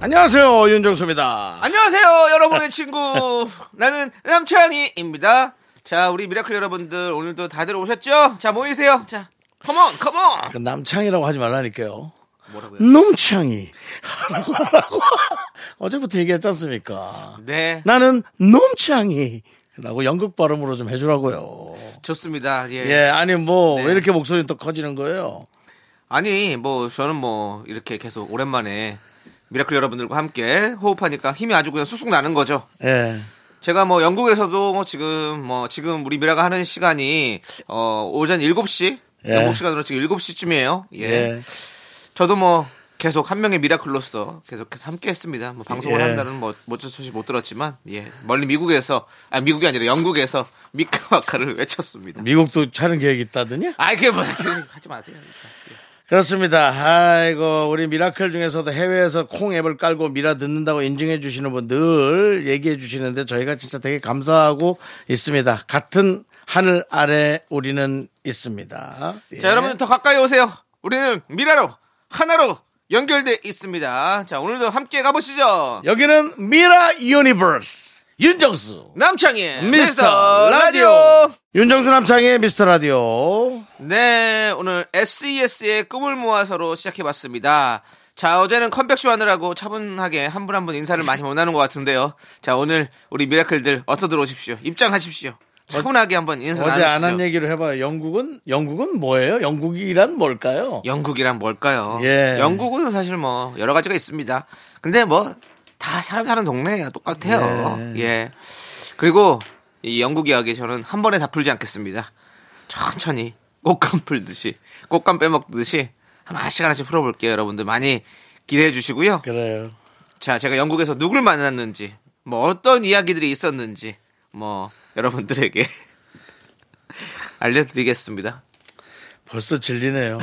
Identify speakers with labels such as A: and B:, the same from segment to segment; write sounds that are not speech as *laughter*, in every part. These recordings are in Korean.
A: 안녕하세요 윤정수입니다.
B: 안녕하세요, 여러분의 친구. 나는 남창희입니다. 자, 우리 미라클 여러분들, 오늘도 다들 오셨죠? 자, 모이세요. 자, 컴온, 컴온!
A: 그 남창이라고 하지 말라니까요.
B: 뭐라고요?
A: 농창이 하라고 하라고 어제부터 얘기했지 않습니까?
B: 네,
A: 나는 농창이라고 연극 발음으로 좀 해주라고요.
B: 좋습니다. 예.
A: 예, 아니 뭐 왜
B: 네.
A: 이렇게 목소리 또 커지는 거예요?
B: 아니, 뭐, 저는 뭐, 이렇게 계속 오랜만에 미라클 여러분들과 함께 호흡하니까 힘이 아주 그냥 쑥쑥 나는 거죠.
A: 예,
B: 제가 뭐 영국에서도 지금 뭐 지금 우리 미라가 하는 시간이 어 오전 7시
A: 예.
B: 영국 시간으로 지금 7시쯤이에요. 예.
A: 예.
B: 저도 뭐 계속 한 명의 미라클로서 계속해서 함께 했습니다. 뭐 방송을
A: 예.
B: 한다는 뭐 멋진 소식 못 들었지만 예. 멀리 미국에서 아 미국이 아니라 영국에서 미카마카를 외쳤습니다.
A: 미국도 촬영 계획 있다더니?
B: 아 이게 뭐 하지 마세요.
A: 그렇습니다. 아이고 우리 미라클 중에서도 해외에서 콩 앱을 깔고 미라 듣는다고 인증해 주시는 분 늘 얘기해 주시는데 저희가 진짜 되게 감사하고 있습니다. 같은 하늘 아래 우리는 있습니다. 예.
B: 자, 여러분들 더 가까이 오세요. 우리는 미라로 하나로 연결돼 있습니다. 자, 오늘도 함께 가보시죠.
A: 여기는 미라 유니버스 윤정수
B: 남창희
A: 미스터 라디오 윤정수 남창의 미스터 라디오
B: 네, 오늘 SES의 꿈을 모아서로 시작해봤습니다. 자, 어제는 컴백쇼 하느라고 차분하게 한 분 한 분 인사를 많이 못 나눈 것 같은데요. 자, 오늘 우리 미라클들 어서 들어오십시오. 입장하십시오. 차분하게 한번 인사
A: 어제 안 한
B: 나누시죠.
A: 얘기로 해봐요. 영국은 영국은 뭐예요? 영국이란 뭘까요?
B: 영국이란 뭘까요?
A: 예.
B: 영국은 사실 뭐 여러 가지가 있습니다. 근데 뭐 다 사람 사는 동네야 똑같아요. 예. 그리고 이 영국 이야기 저는 한 번에 다 풀지 않겠습니다. 천천히 꽃감 풀듯이 꽃감 빼먹듯이 하나씩 하나씩 풀어볼게요. 여러분들 많이 기대해 주시고요.
A: 그래요.
B: 자, 제가 영국에서 누굴 만났는지, 뭐 어떤 이야기들이 있었는지, 뭐 여러분들에게 *laughs* 알려드리겠습니다.
A: 벌써
B: *laughs*
A: 질리네요.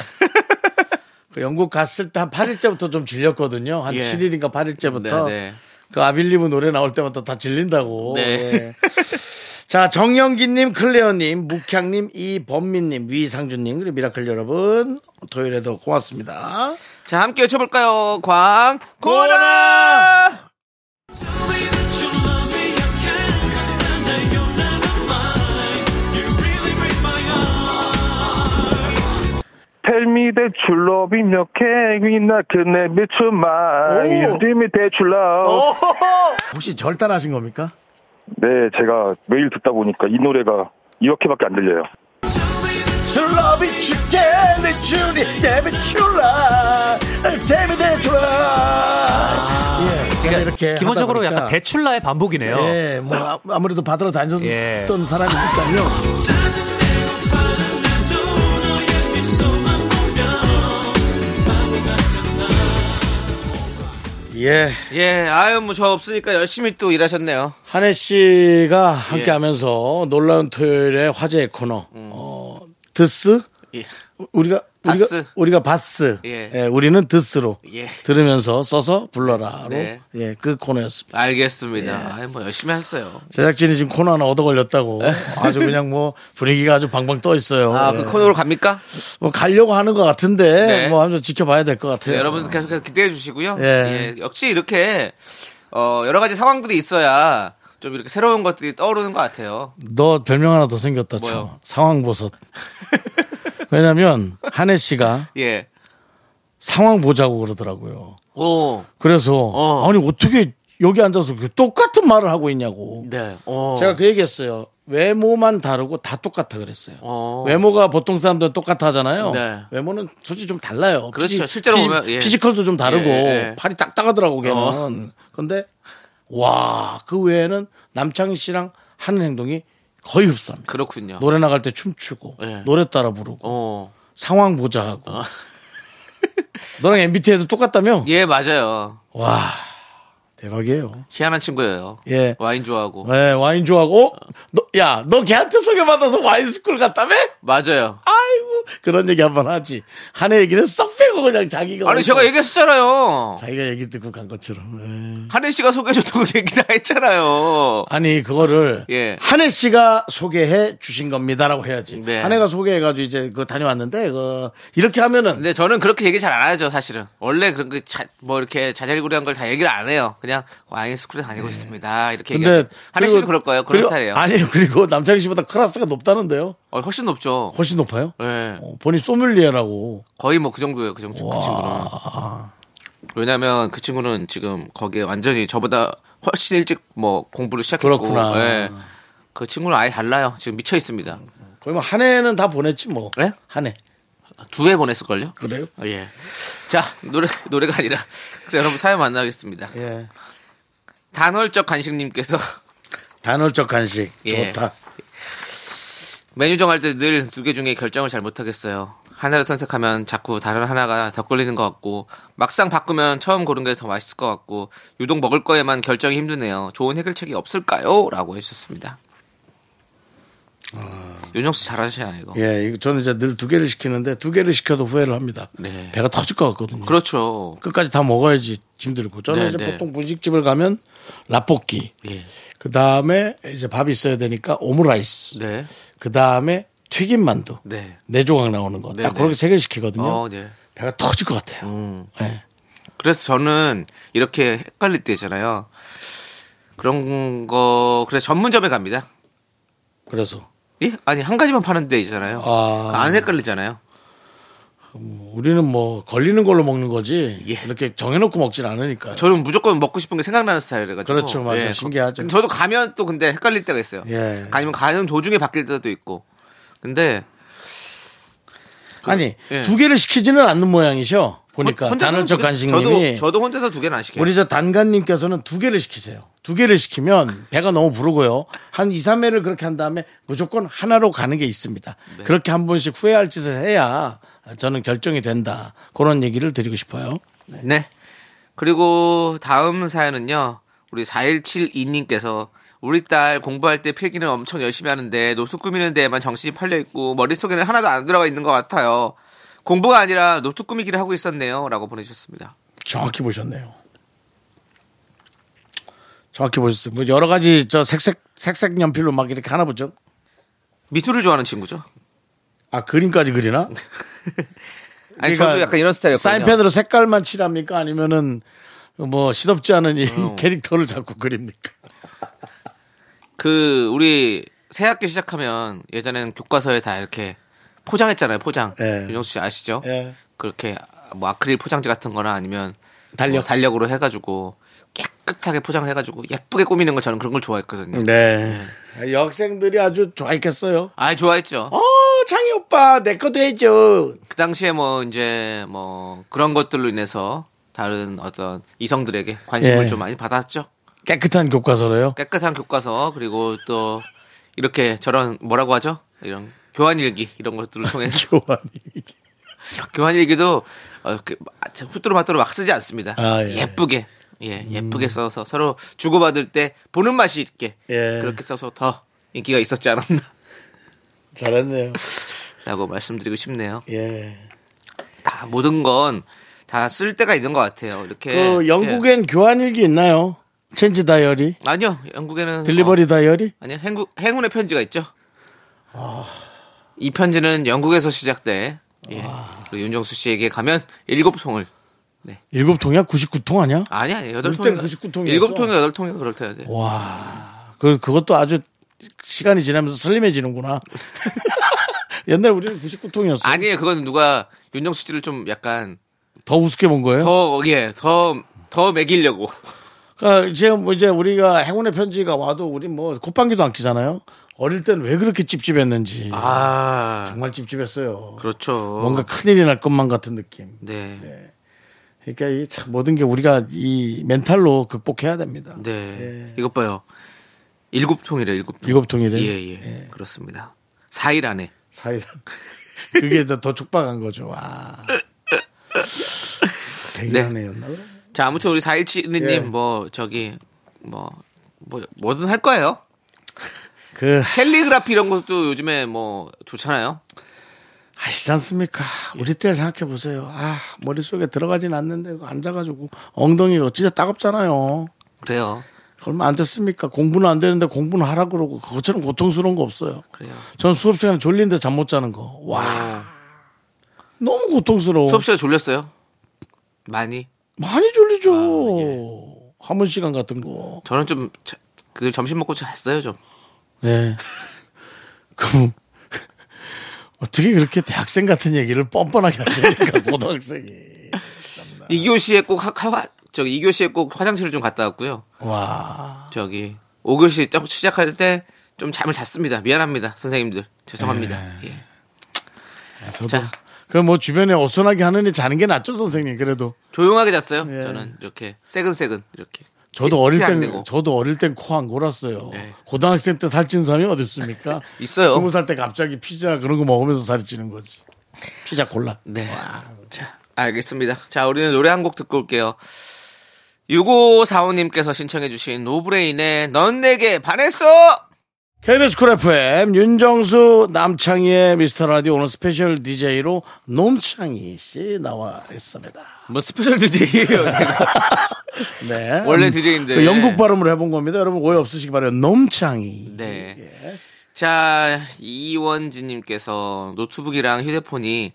A: 그 영국 갔을 때 한 8일째부터 좀 질렸거든요. 한
B: 예.
A: 7일인가 8일째부터.
B: 네, 네.
A: 그 아빌리브 노래 나올 때마다 다 질린다고.
B: 네.
A: 예. 자, 정영기님, 클레어님, 묵향님, 이범민님, 위상준님, 그리고 미라클 여러분, 토요일에도 고맙습니다.
B: 자, 함께 외쳐볼까요? 광, 고라!
C: Tell me that you love me, no can we not connect me to
D: Oh.
C: mine?
A: 오.
C: You give me that you love.
A: 혹시 절단하신 겁니까?
C: 네, 제가 매일 듣다 보니까 이 노래가 이렇게밖에 안 들려요.
A: 제가 예, 이렇게
E: 그러니까 기본적으로
A: 하다 보니까
E: 약간 대출라의 반복이네요.
A: 예, 뭐 아- 아무래도 받으러 다녔던
E: 예.
A: 사람이니까요. 예,
B: 예, 아유, 뭐, 저 없으니까 열심히 또 일하셨네요.
A: 한혜 씨가 함께
B: 예.
A: 하면서 놀라운 토요일의 화제의 코너, 어, 드스?
B: 예.
A: 우리가, 우리가,
B: 바스.
A: 우리가 바스.
B: 예.
A: 예, 우리는 드스로.
B: 예.
A: 들으면서 써서 불러라로.
B: 네.
A: 예, 그 코너였습니다. 예.
B: 알겠습니다. 아유, 뭐, 열심히 했어요.
A: 제작진이 지금 코너 하나 얻어
B: *laughs*
A: 걸렸다고 아주 그냥 뭐 분위기가 아주 방방 떠 있어요.
B: 아,
A: 예.
B: 그 코너로 갑니까?
A: 뭐 가려고 하는 것 같은데
B: 네.
A: 뭐 한번 지켜봐야 될 것 같아요.
B: 네, 여러분 계속해서 기대해 주시고요.
A: 예.
B: 예. 역시 이렇게, 어, 여러 가지 상황들이 있어야 좀 이렇게 새로운 것들이 떠오르는 것 같아요.
A: 너 별명 하나 더 생겼다. 참.
B: 뭐요? *laughs*
A: 상황보섯. 왜냐면 한혜 씨가
B: 예.
A: 상황 보자고 그러더라고요.
B: 오.
A: 그래서
B: 어.
A: 아니 어떻게 여기 앉아서 그 똑같은 말을 하고 있냐고.
B: 네. 오.
A: 제가 그 얘기했어요. 외모만 다르고 다 똑같아 그랬어요.
B: 어.
A: 외모가 보통 사람들은 똑같아잖아요.
B: 네.
A: 외모는 솔직히 좀 달라요.
B: 그렇죠. 실제로 보면, 예.
A: 피지컬도 좀 다르고
B: 예, 예.
A: 팔이 딱딱하더라고 걔는.
B: 어.
A: 근데 와 그 외에는 남창희 씨랑 하는 행동이 거의 흡사합니다.
B: 그렇군요. 어.
A: 노래 나갈 때 춤추고
B: 예. 어.
A: 노래 따라 부르고
B: 오.
A: 상황 보자 하고. *laughs* 너랑 MBTI도 똑같다며?
B: 예, 맞아요.
A: 와 대박이에요.
B: 희한한 친구예요.
A: 예.
B: 와인 좋아하고.
A: 네, 와인 좋아하고, 어? 너, 야, 너 걔한테 소개받아서 와인스쿨 갔다며?
B: 맞아요.
A: 아이고, 그런 얘기 한번 하지. 한해 얘기는 썩 빼고 그냥 자기가.
B: 아니
A: 어디서
B: 제가 얘기했잖아요.
A: 자기가 얘기 듣고 간 것처럼. 예.
B: 한혜 씨가 소개해줬다고 *laughs* 얘기 다 했잖아요.
A: 아니, 그거를.
B: 예.
A: 한혜 씨가 소개해 주신 겁니다라고 해야지.
B: 네.
A: 한혜가 소개해가지고 이제 그 다녀왔는데, 그, 이렇게 하면은.
B: 근데 저는 그렇게 얘기 잘 안 하죠, 사실은. 원래 그런 거 뭐 이렇게 자잘구리한 걸 다 얘기를 안 해요. 그냥 와인 스쿨에 다니고 있습니다. 이렇게 얘기하죠. 한혜
A: 그리고-
B: 씨도 네. 그럴 거예요. 그런
A: 그리고-
B: 스타일이에요.
A: 아니요, 그리고 남창희 씨보다 클라스가 높다는데요.
B: 어, 훨씬 높죠.
A: 훨씬 높아요?
B: 예.
A: 어, 본인 소믈리에라고.
B: 거의 뭐 그 정도예요. 그 정도 그 친구는. 왜냐면 그 친구는 지금 거기에 완전히 저보다 훨씬 일찍 뭐 공부를 시작했고
A: 그렇구나.
B: 예. 그 친구는 아예 달라요. 지금 미쳐 있습니다.
A: 거의 뭐 한 해는 다 보냈지 뭐.
B: 네?
A: 한 해.
B: 두 해 보냈을 걸요?
A: 그래요?
B: 예. 자, 노래 노래가 아니라 그래서 여러분 사연 만나겠습니다.
A: 예.
B: 단월적 간식님께서 *laughs*
A: 단월적 간식.
B: 예.
A: 좋다.
B: 메뉴 정할 때 늘 두 개 중에 결정을 잘 못하겠어요. 하나를 선택하면 자꾸 다른 하나가 더 끌리는 것 같고 막상 바꾸면 처음 고른 게 더 맛있을 것 같고 유독 먹을 거에만 결정이 힘드네요. 좋은 해결책이 없을까요? 라고 해주셨습니다. 윤정수 잘하시나요 이거?
A: 예, 이거 저는 이제 늘 두 개를 시키는데 두 개를 시켜도 후회를 합니다.
B: 네.
A: 배가 터질 것 같거든요.
B: 그렇죠.
A: 끝까지 다 먹어야지 힘들고. 저는
B: 네,
A: 이제
B: 네.
A: 보통 분식집을 가면 라볶이.
B: 예.
A: 그 다음에 이제 밥이 있어야 되니까 오므라이스.
B: 네.
A: 그 다음에 튀김 만두. 네.
B: 네.
A: 조각 나오는 거.
B: 네,
A: 딱
B: 네.
A: 그렇게 세 개 시키거든요.
B: 어, 네. 음.
A: 배가 터질 것 같아요. 예.
B: 그래서 저는 이렇게 헷갈릴 때 있잖아요. 그런 거 그래서 전문점에 갑니다.
A: 그래서
B: 예? 아니 한 가지만 파는 데 있잖아요. 그러니까
A: 아.
B: 안 헷갈리잖아요.
A: 우리는 뭐 걸리는 걸로 먹는 거지
B: 예.
A: 이렇게 정해놓고 먹진 않으니까.
B: 저는 무조건 먹고 싶은 게 생각나는 스타일이라 가지고. 예,
A: 그렇죠, 맞아요. 신기하죠.
B: 저도 가면 또 근데 헷갈릴 때가 있어요.
A: 예.
B: 아니면 가는 도중에 바뀔 때도 있고. 근데
A: 아니
B: 예.
A: 두 개를 시키지는 않는 모양이셔. 보니까
B: 혼- 혼자서는
A: 단월적
B: 두 개-
A: 간식님이
B: 저도, 저도 혼자서 두 개는 안 시켜요.
A: 우리 저 단간님께서는 두 개를 시키세요. 두 개를 시키면 배가 너무 부르고요. 한 2, 3회를 그렇게 한 다음에 무조건 하나로 가는 게 있습니다.
B: 네.
A: 그렇게 한 번씩 후회할 짓을 해야 저는 결정이 된다. 그런 얘기를 드리고 싶어요.
B: 네. 그리고 다음 사연은요. 우리 4172님께서 우리 딸 공부할 때 필기는 엄청 열심히 하는데 노트 꾸미는 데에만 정신이 팔려 있고 머릿속에는 하나도 안 들어가 있는 것 같아요. 공부가 아니라 노트 꾸미기를 하고 있었네요. 라고 보내주셨습니다.
A: 정확히 보셨네요. 정확히 보셨어요. 뭐 여러 가지 저 색색 색색 연필로 막 이렇게 하나 보죠.
B: 미술을 좋아하는 친구죠.
A: 아 그림까지 그리나?
B: 아니
A: 그러니까
B: 저도 약간 이런 스타일이었거든요.
A: 사인펜으로 색깔만 칠합니까? 아니면은 뭐 시덥지 않은 이
B: 어.
A: 캐릭터를 자꾸 그립니까?
B: 그 우리 새 학기 시작하면 예전에는 교과서에 다 이렇게 포장했잖아요. 포장.
A: 예.
B: 윤정수 씨 아시죠?
A: 예.
B: 그렇게 뭐 아크릴 포장지 같은 거나 아니면
A: 달력.
B: 뭐 달력으로 해가지고 깨끗하게 포장을 해가지고 예쁘게 꾸미는 걸 저는 그런 걸 좋아했거든요.
A: 네. 여학생들이 아주 좋아했겠어요.
B: 아 좋아했죠.
A: 어, 창희 오빠 내 것도 해줘.
B: 그 당시에 뭐 이제 뭐 그런 것들로 인해서 다른 어떤 이성들에게 관심을
A: 예.
B: 좀 많이 받았죠.
A: 깨끗한 교과서로요. *laughs*
B: 깨끗한 교과서 그리고 또 이렇게 저런 뭐라고 하죠? 이런 교환일기 이런 것들을 통해서
A: 교환이.
B: 교환일기도 어, 그, 아, 참 후뚜루 마뚜루 막 쓰지 않습니다.
A: 아, 예. 음.
B: 쁘게 예, 예쁘게 써서 서로 주고받을 때 보는 맛이 있게
A: 예.
B: 그렇게 써서 더 인기가 있었지 않았나라고
A: 잘했네요.
B: 말씀드리고 싶네요.
A: 예.
B: 다 모든 건 다 쓸 때가 있는 것 같아요. 이렇게
A: 그
B: 예.
A: 영국엔 교환일기 있나요? 체인지 다이어리,
B: 아니요 영국에는
A: 딜리버리
B: 어,
A: 다이어리?
B: 아니요 행국, 행운의 편지가 있죠.
A: 아.
B: 이 편지는 영국에서 시작돼 예.
A: 아.
B: 그리고 윤정수 씨에게 가면 일곱 통을
A: 일곱 통이야? 99통 아니야?
B: 아니 아니 여덟
A: 올 때는
B: 통이
A: 99 통이었어.
B: 일곱 통이 여덟 통이 그럴 때야 돼.
A: 와, 그 그것도 아주 시간이 지나면서 슬림해지는구나. *laughs* 옛날 우리는 99통이었어.
B: 아니에요 그건 누가 윤정수 씨를 좀 약간
A: 더 우습게 본 거예요?
B: 더예더더 매기려고
A: 그러니까 이제 뭐 이제 우리가 행운의 편지가 와도 우리 뭐 콧방귀도 안 끼잖아요. 어릴 땐 왜 그렇게 찝찝했는지
B: 아
A: 정말 찝찝했어요.
B: *laughs* 그렇죠
A: 뭔가 큰일이 날 것만 같은 느낌.
B: 네
A: 그러니까 이 참 모든 게 우리가 이 멘탈로 극복해야 됩니다.
B: 네. 이것 봐요. 일곱 통이래, 일곱 통.
A: 일곱 통이래요? 네.
B: 예, 예, 그렇습니다. 4일 안에.
A: 사이다. *laughs*
B: 네.
A: 그게 더, 더 촉박한 거죠. 와. 백년의 연나
B: 자, 아무튼 우리 4171님
A: 예.
B: 뭐 저기 뭐, 뭐 뭐든 할 거예요.
A: 그
B: 캘리그라피 이런 것도 요즘에 뭐 좋잖아요.
A: 아시지 않습니까? 우리 때 생각해 보세요. 아 머릿속에 들어가진 않는데 그거 앉아가지고 엉덩이로 진짜 따갑잖아요.
B: 그래요.
A: 얼마 안 됐습니까? 공부는 안 되는데 공부는 하라 그러고 그것처럼 고통스러운 거 없어요.
B: 그래요. 어,
A: 전 수업 시간에 졸린데 잠 못 자는 거. 와 너무 고통스러워.
B: 수업 시간 졸렸어요? 많이.
A: 많이
B: 아, 예.
A: 졸리죠. 화문 시간 같은 거.
B: 저는 좀 자- 그 점심 먹고 잤어요, 좀. 예.
A: 네. *laughs* 그럼 어떻게 그렇게 대학생 같은 얘기를 뻔뻔하게 하십니까 *laughs* 고등학생이?
B: 이교 시에꼭 하, 하, 저기 이교 시에꼭 화장실을 좀 갔다 왔고요.
A: 와.
B: 저기 5교시 짝- 시작할 때 좀 잠을 잤습니다. 미안합니다. 선생님들. 죄송합니다. 예.
A: 저도.
B: 자.
A: 그뭐 주변에 어수선하게 하느니 자는 게 낫죠 선생님. 그래도
B: 조용하게 잤어요. 저는 이렇게 새근새근 이렇게.
A: 저도
B: 티-
A: 어릴
B: 티안
A: 땐
B: 내고.
A: 저도 어릴 땐 코 안 골았어요.
B: 네.
A: 고등학생 때 살찐 사람이 어디 있습니까?
B: *laughs* 있어요.
A: 스무 살 때 갑자기 피자 그런 거 먹으면서 살이 찌는 거지. 피자 골라.
B: 네. 자, 알겠습니다. 자, 우리는 노래 한 곡 듣고 올게요. 6545님께서 신청해주신 노브레인의 넌 내게 반했어!
A: KBS 쿨 FM 윤정수 남창희의 미스터 라디오 오늘 스페셜 DJ로 놈창희 씨 나와 있습니다.
B: 뭐 스페셜 DJ예요.
A: 네.
B: 원래 DJ인데.
A: 그 영국 발음으로 해본 겁니다. 여러분 오해 없으시기 바래요. 놈창희.
B: 네. 자, 이원지님께서 노트북이랑 휴대폰이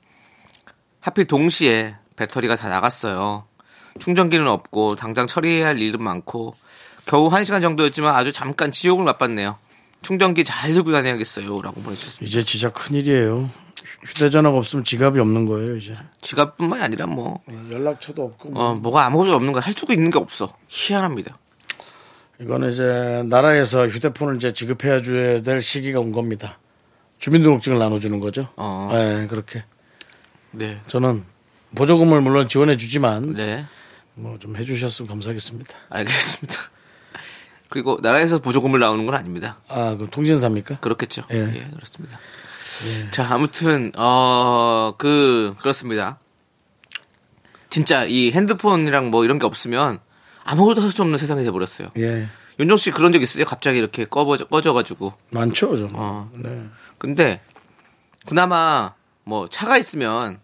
B: 하필 동시에 배터리가 다 나갔어요. 충전기는 없고 당장 처리해야 할 일은 많고 겨우 1시간 정도였지만 아주 잠깐 지옥을 맛봤네요. 충전기 잘 들고 다녀야겠어요. 라고 보내주셨습니다.
A: 이제 진짜 큰일이에요. 휴대전화가 없으면 지갑이 없는 거예요, 이제.
B: 지갑뿐만이 아니라 뭐,
A: 네, 연락처도 없고.
B: 어, 뭐가 아무것도 없는 거야. 할 수도 있는 게 없어. 희한합니다.
A: 이거는 이제 나라에서 휴대폰을 이제 지급해야 줘야 될 시기가 온 겁니다. 주민등록증을 나눠주는 거죠.
B: 어.
A: 네, 그렇게.
B: 네.
A: 저는 보조금을 물론 지원해 주지만
B: 네.
A: 뭐 좀 해주셨으면 감사하겠습니다.
B: 알겠습니다. 그리고 나라에서 보조금을 나오는 건 아닙니다.
A: 아, 그 통신사입니까?
B: 그렇겠죠.
A: 예.
B: 예, 그렇습니다. 자, 아무튼 어, 그 그렇습니다. 진짜 이 핸드폰이랑 뭐 이런 게 없으면 아무것도 할 수 없는 세상이 돼 버렸어요.
A: 예,
B: 윤정 씨 그런 적 있으세요? 갑자기 이렇게 꺼져 꺼져 가지고.
A: 많죠, 저는.
B: 어.
A: 네.
B: 근데 그나마 뭐 차가 있으면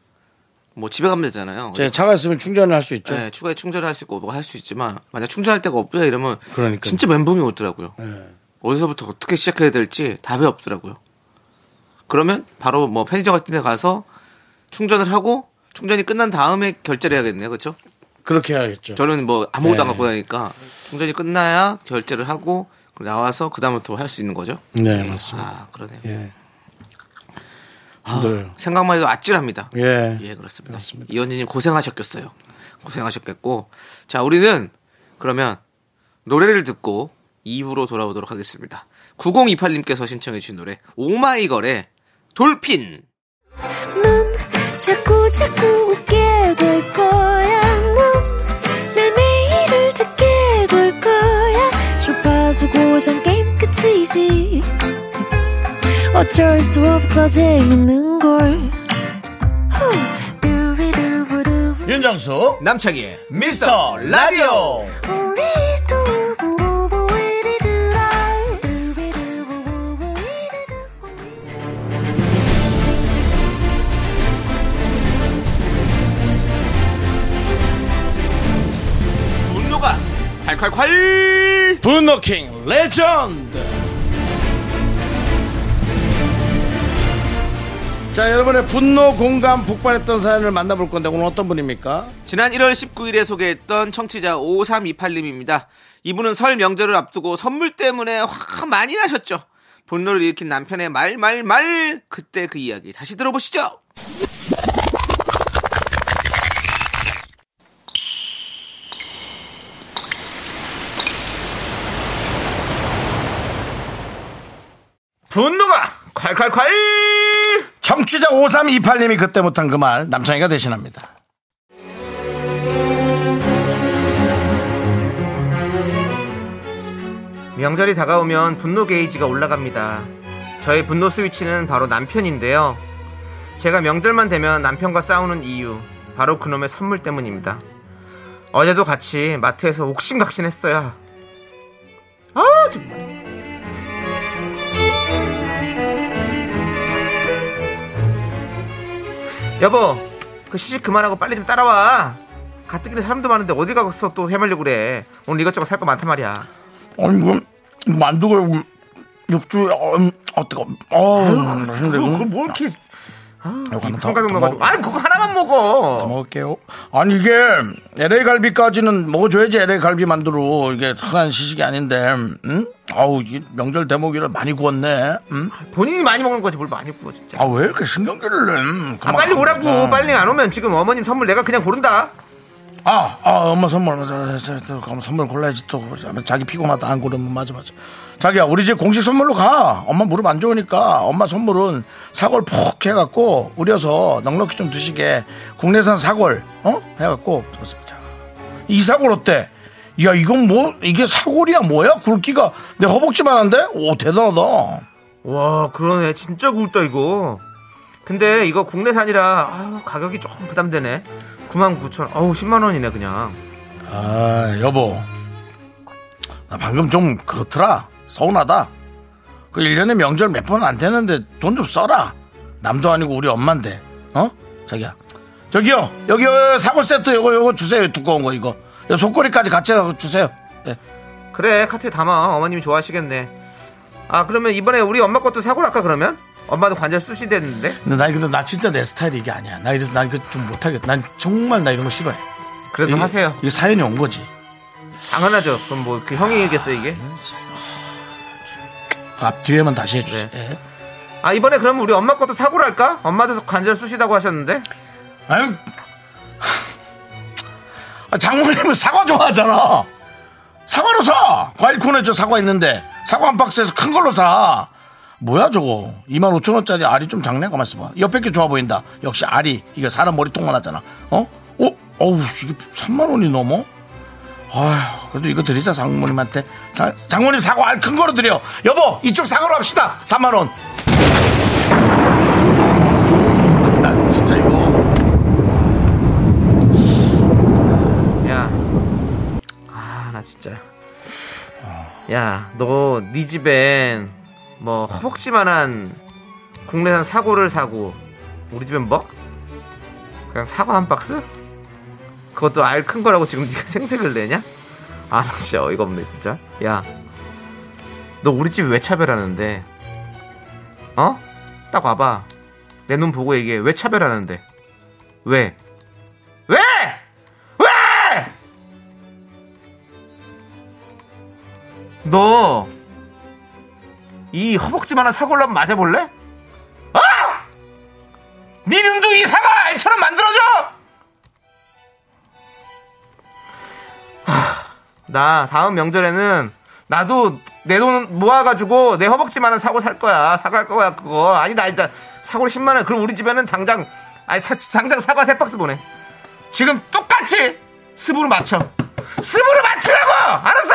B: 뭐 집에 가면 되잖아요.
A: 제 차가 있으면 충전을 할 수 있죠.
B: 예, 추가에 충전할 수 있고 뭐 할 수 있지만 만약 충전할 데가 없다 이러면
A: 그러니까요.
B: 진짜 멘붕이 오더라고요.
A: 예.
B: 어디서부터 어떻게 시작해야 될지 답이 없더라고요. 그러면 바로 뭐 편의점 같은 데 가서 충전을 하고 충전이 끝난 다음에 결제를 해야겠네요. 그렇죠?
A: 그렇게 해야겠죠.
B: 저는 뭐 아무것도 안
A: 네.
B: 갖고 다니니까 충전이 끝나야 결제를 하고 나와서 그다음부터 할 수 있는 거죠.
A: 네, 맞습니다.
B: 아, 그러네요. 아,
A: 예. 힘들어요.
B: 생각만 해도 아찔합니다.
A: 예.
B: 예, 그렇습니다.
A: 그렇습니다.
B: 이현진님 고생하셨겠어요. 고생하셨겠고. 자, 우리는 그러면 노래를 듣고 2부로 돌아오도록 하겠습니다. 9028님께서 신청해주신 노래, 오마이걸의 돌핀!
E: 넌 자꾸 자꾸 웃게 될 거야. 넌내 매일을 듣게 될 거야. 주파수 고정 게임 끝이지. 어쩔 수 없어 재밌는 걸. 후. 두비두부두부.
A: 윤정수,
B: 남창희의
A: 미스터 라디오!
E: 우리 두부부부 우리 두라. 두비두부부부 우리 두부부.
B: 분노가 콸콸콸!
A: 분노킹 레전드! 자, 여러분의 분노 공감 폭발했던 사연을 만나볼 건데, 오늘 어떤 분입니까?
B: 지난 1월 19일에 소개했던 청취자 5328님입니다. 이분은 설 명절을 앞두고 선물 때문에 확 많이 나셨죠. 분노를 일으킨 남편의 말, 말, 말! 그때 그 이야기 다시 들어보시죠!
A: 분노가 콸콸콸 청취자 5328님이 그때 못한 그 말 남창희가 대신합니다
B: 명절이 다가오면 분노 게이지가 올라갑니다. 저의 분노 스위치는 바로 남편인데요. 제가 명절만 되면 남편과 싸우는 이유, 바로 그놈의 선물 때문입니다. 어제도 같이 마트에서 옥신각신했어요. 아 정말. 여보, 그 시식 그만하고 빨리 좀 따라와. 가뜩이나 사람도 많은데 어디 가서 또 헤매려고 그래. 오늘 이것저것 살 거 많단 말이야.
A: 아니 그럼 만두가 음, 육주에 음, 어떻게 아 맛있는데 그럼 뭐 이렇게 이거는 더,
B: 통가정
A: 더
B: 넣어가지고.
A: 먹-
B: 아니 그거 하나만 먹어. 뭐.
A: 먹을게요. 아니 이게 LA 갈비까지는 먹어줘야지 LA 갈비 만두로 이게 흔한 시식이 아닌데, 음? 아우 이 명절 대목이라 많이 구웠네. 음?
B: 본인이 많이 먹는 거지 뭘 많이 구워 진짜.
A: 아왜 이렇게 신경질을 내? 음,
B: 아,
A: 그만.
B: 빨리 오라고. 빨리 안 오면 지금 어머님 선물 내가 그냥 고른다.
A: 아, 아 엄마 선물, 저, 저, 저, 그럼 선물 골라야지 또 자기 피곤하다 안 고르면 맞아 맞아. 자기야 우리 집 공식 선물로 가. 엄마 무릎 안 좋으니까 엄마 선물은 사골 푹 해갖고 우려서 넉넉히 좀 드시게 국내산 사골 어 해갖고 좋습니다. 이 사골 어때? 야 이건 뭐 이게 사골이야 뭐야? 굵기가 내 허벅지만한데? 오 대단하다.
B: 와 그러네 진짜 굵다 이거 근데 이거 국내산이라 아유, 가격이 조금 부담되네 99,000원 어우 10만원이네 그냥
A: 아 여보 나 방금 좀 그렇더라 서운하다 그 1년에 명절 몇 번 안 되는데 돈 좀 써라 남도 아니고 우리 엄만데 어? 자기야 저기요 여기 사골 세트 요거 요거 주세요 두꺼운 거 이거 요 속꼬리까지 같이 해서 주세요 예.
B: 그래 카트에 담아 어머님이 좋아하시겠네 아 그러면 이번에 우리 엄마 것도 사고 할까 그러면? 엄마도 관절 쑤시댔는데
A: 근데 나 근데 나 진짜 내 스타일이 이게 아니야 나 이래서 나 이거 좀 못하겠어 난 정말 나 이런 거 싫어해
B: 그래도
A: 이게-
B: 하세요
A: 이게 사연이 온 거지
B: 당연하죠 그럼 뭐 그 형이겠어 이게
A: 앞 뒤에만 다시 해주세요 예.
B: 아 이번에 그러면 우리 엄마 것도 사고 할까? 엄마도 관절 쑤시다고 하셨는데
A: 아유, *laughs* 아, 장모님은 사과 좋아하잖아. 사과로 사. 과일 코너에 저 사과 있는데 사과 한 박스에서 큰 걸로 사. 뭐야 저거? 2만 5천 원짜리 알이 좀 작네. 가만 있어봐. 옆에 게 좋아 보인다. 역시 알이 이거 사람 머리통만 하잖아. 어? 어? 어우 이게 3만 원이 넘어? 아휴 그래도 이거 드리자 장모님한테. 자, 장모님 사과 알 큰 거로 드려. 여보 이쪽 사과로 합시다. 3만 원. 난 진짜 이거.
B: 야. 아, 나 진짜. 야, 너 네 집엔 뭐 허벅지만한 국내산 사고를 사고 우리 집엔 뭐? 그냥 사과 한 박스? 그것도 알 큰 거라고 지금 네가 *laughs* 생색을 내냐? 아, 나 진짜 어이가 없네, 진짜. 야. 너 우리 집 왜 차별하는데? 어? 딱 와봐. 내 눈 보고 얘기해. 왜 차별하는데? 왜? 왜? 왜? 너, 이 허벅지만한 사골로 한번 맞아볼래? 어! 네 눈도 이 사과 알처럼 만들어줘! 하, 나, 다음 명절에는, 나도 내 돈 모아가지고 내 허벅지만한 사고 살 거야. 사과 할 거야, 그거. 아니, 나 일단 사고를 10만원. 그럼 우리 집에는 당장, 아니, 사- 당장 사과 세 박스 보내. 지금 똑같이 습으로 맞춰. 습으로 맞추라고! 알았어!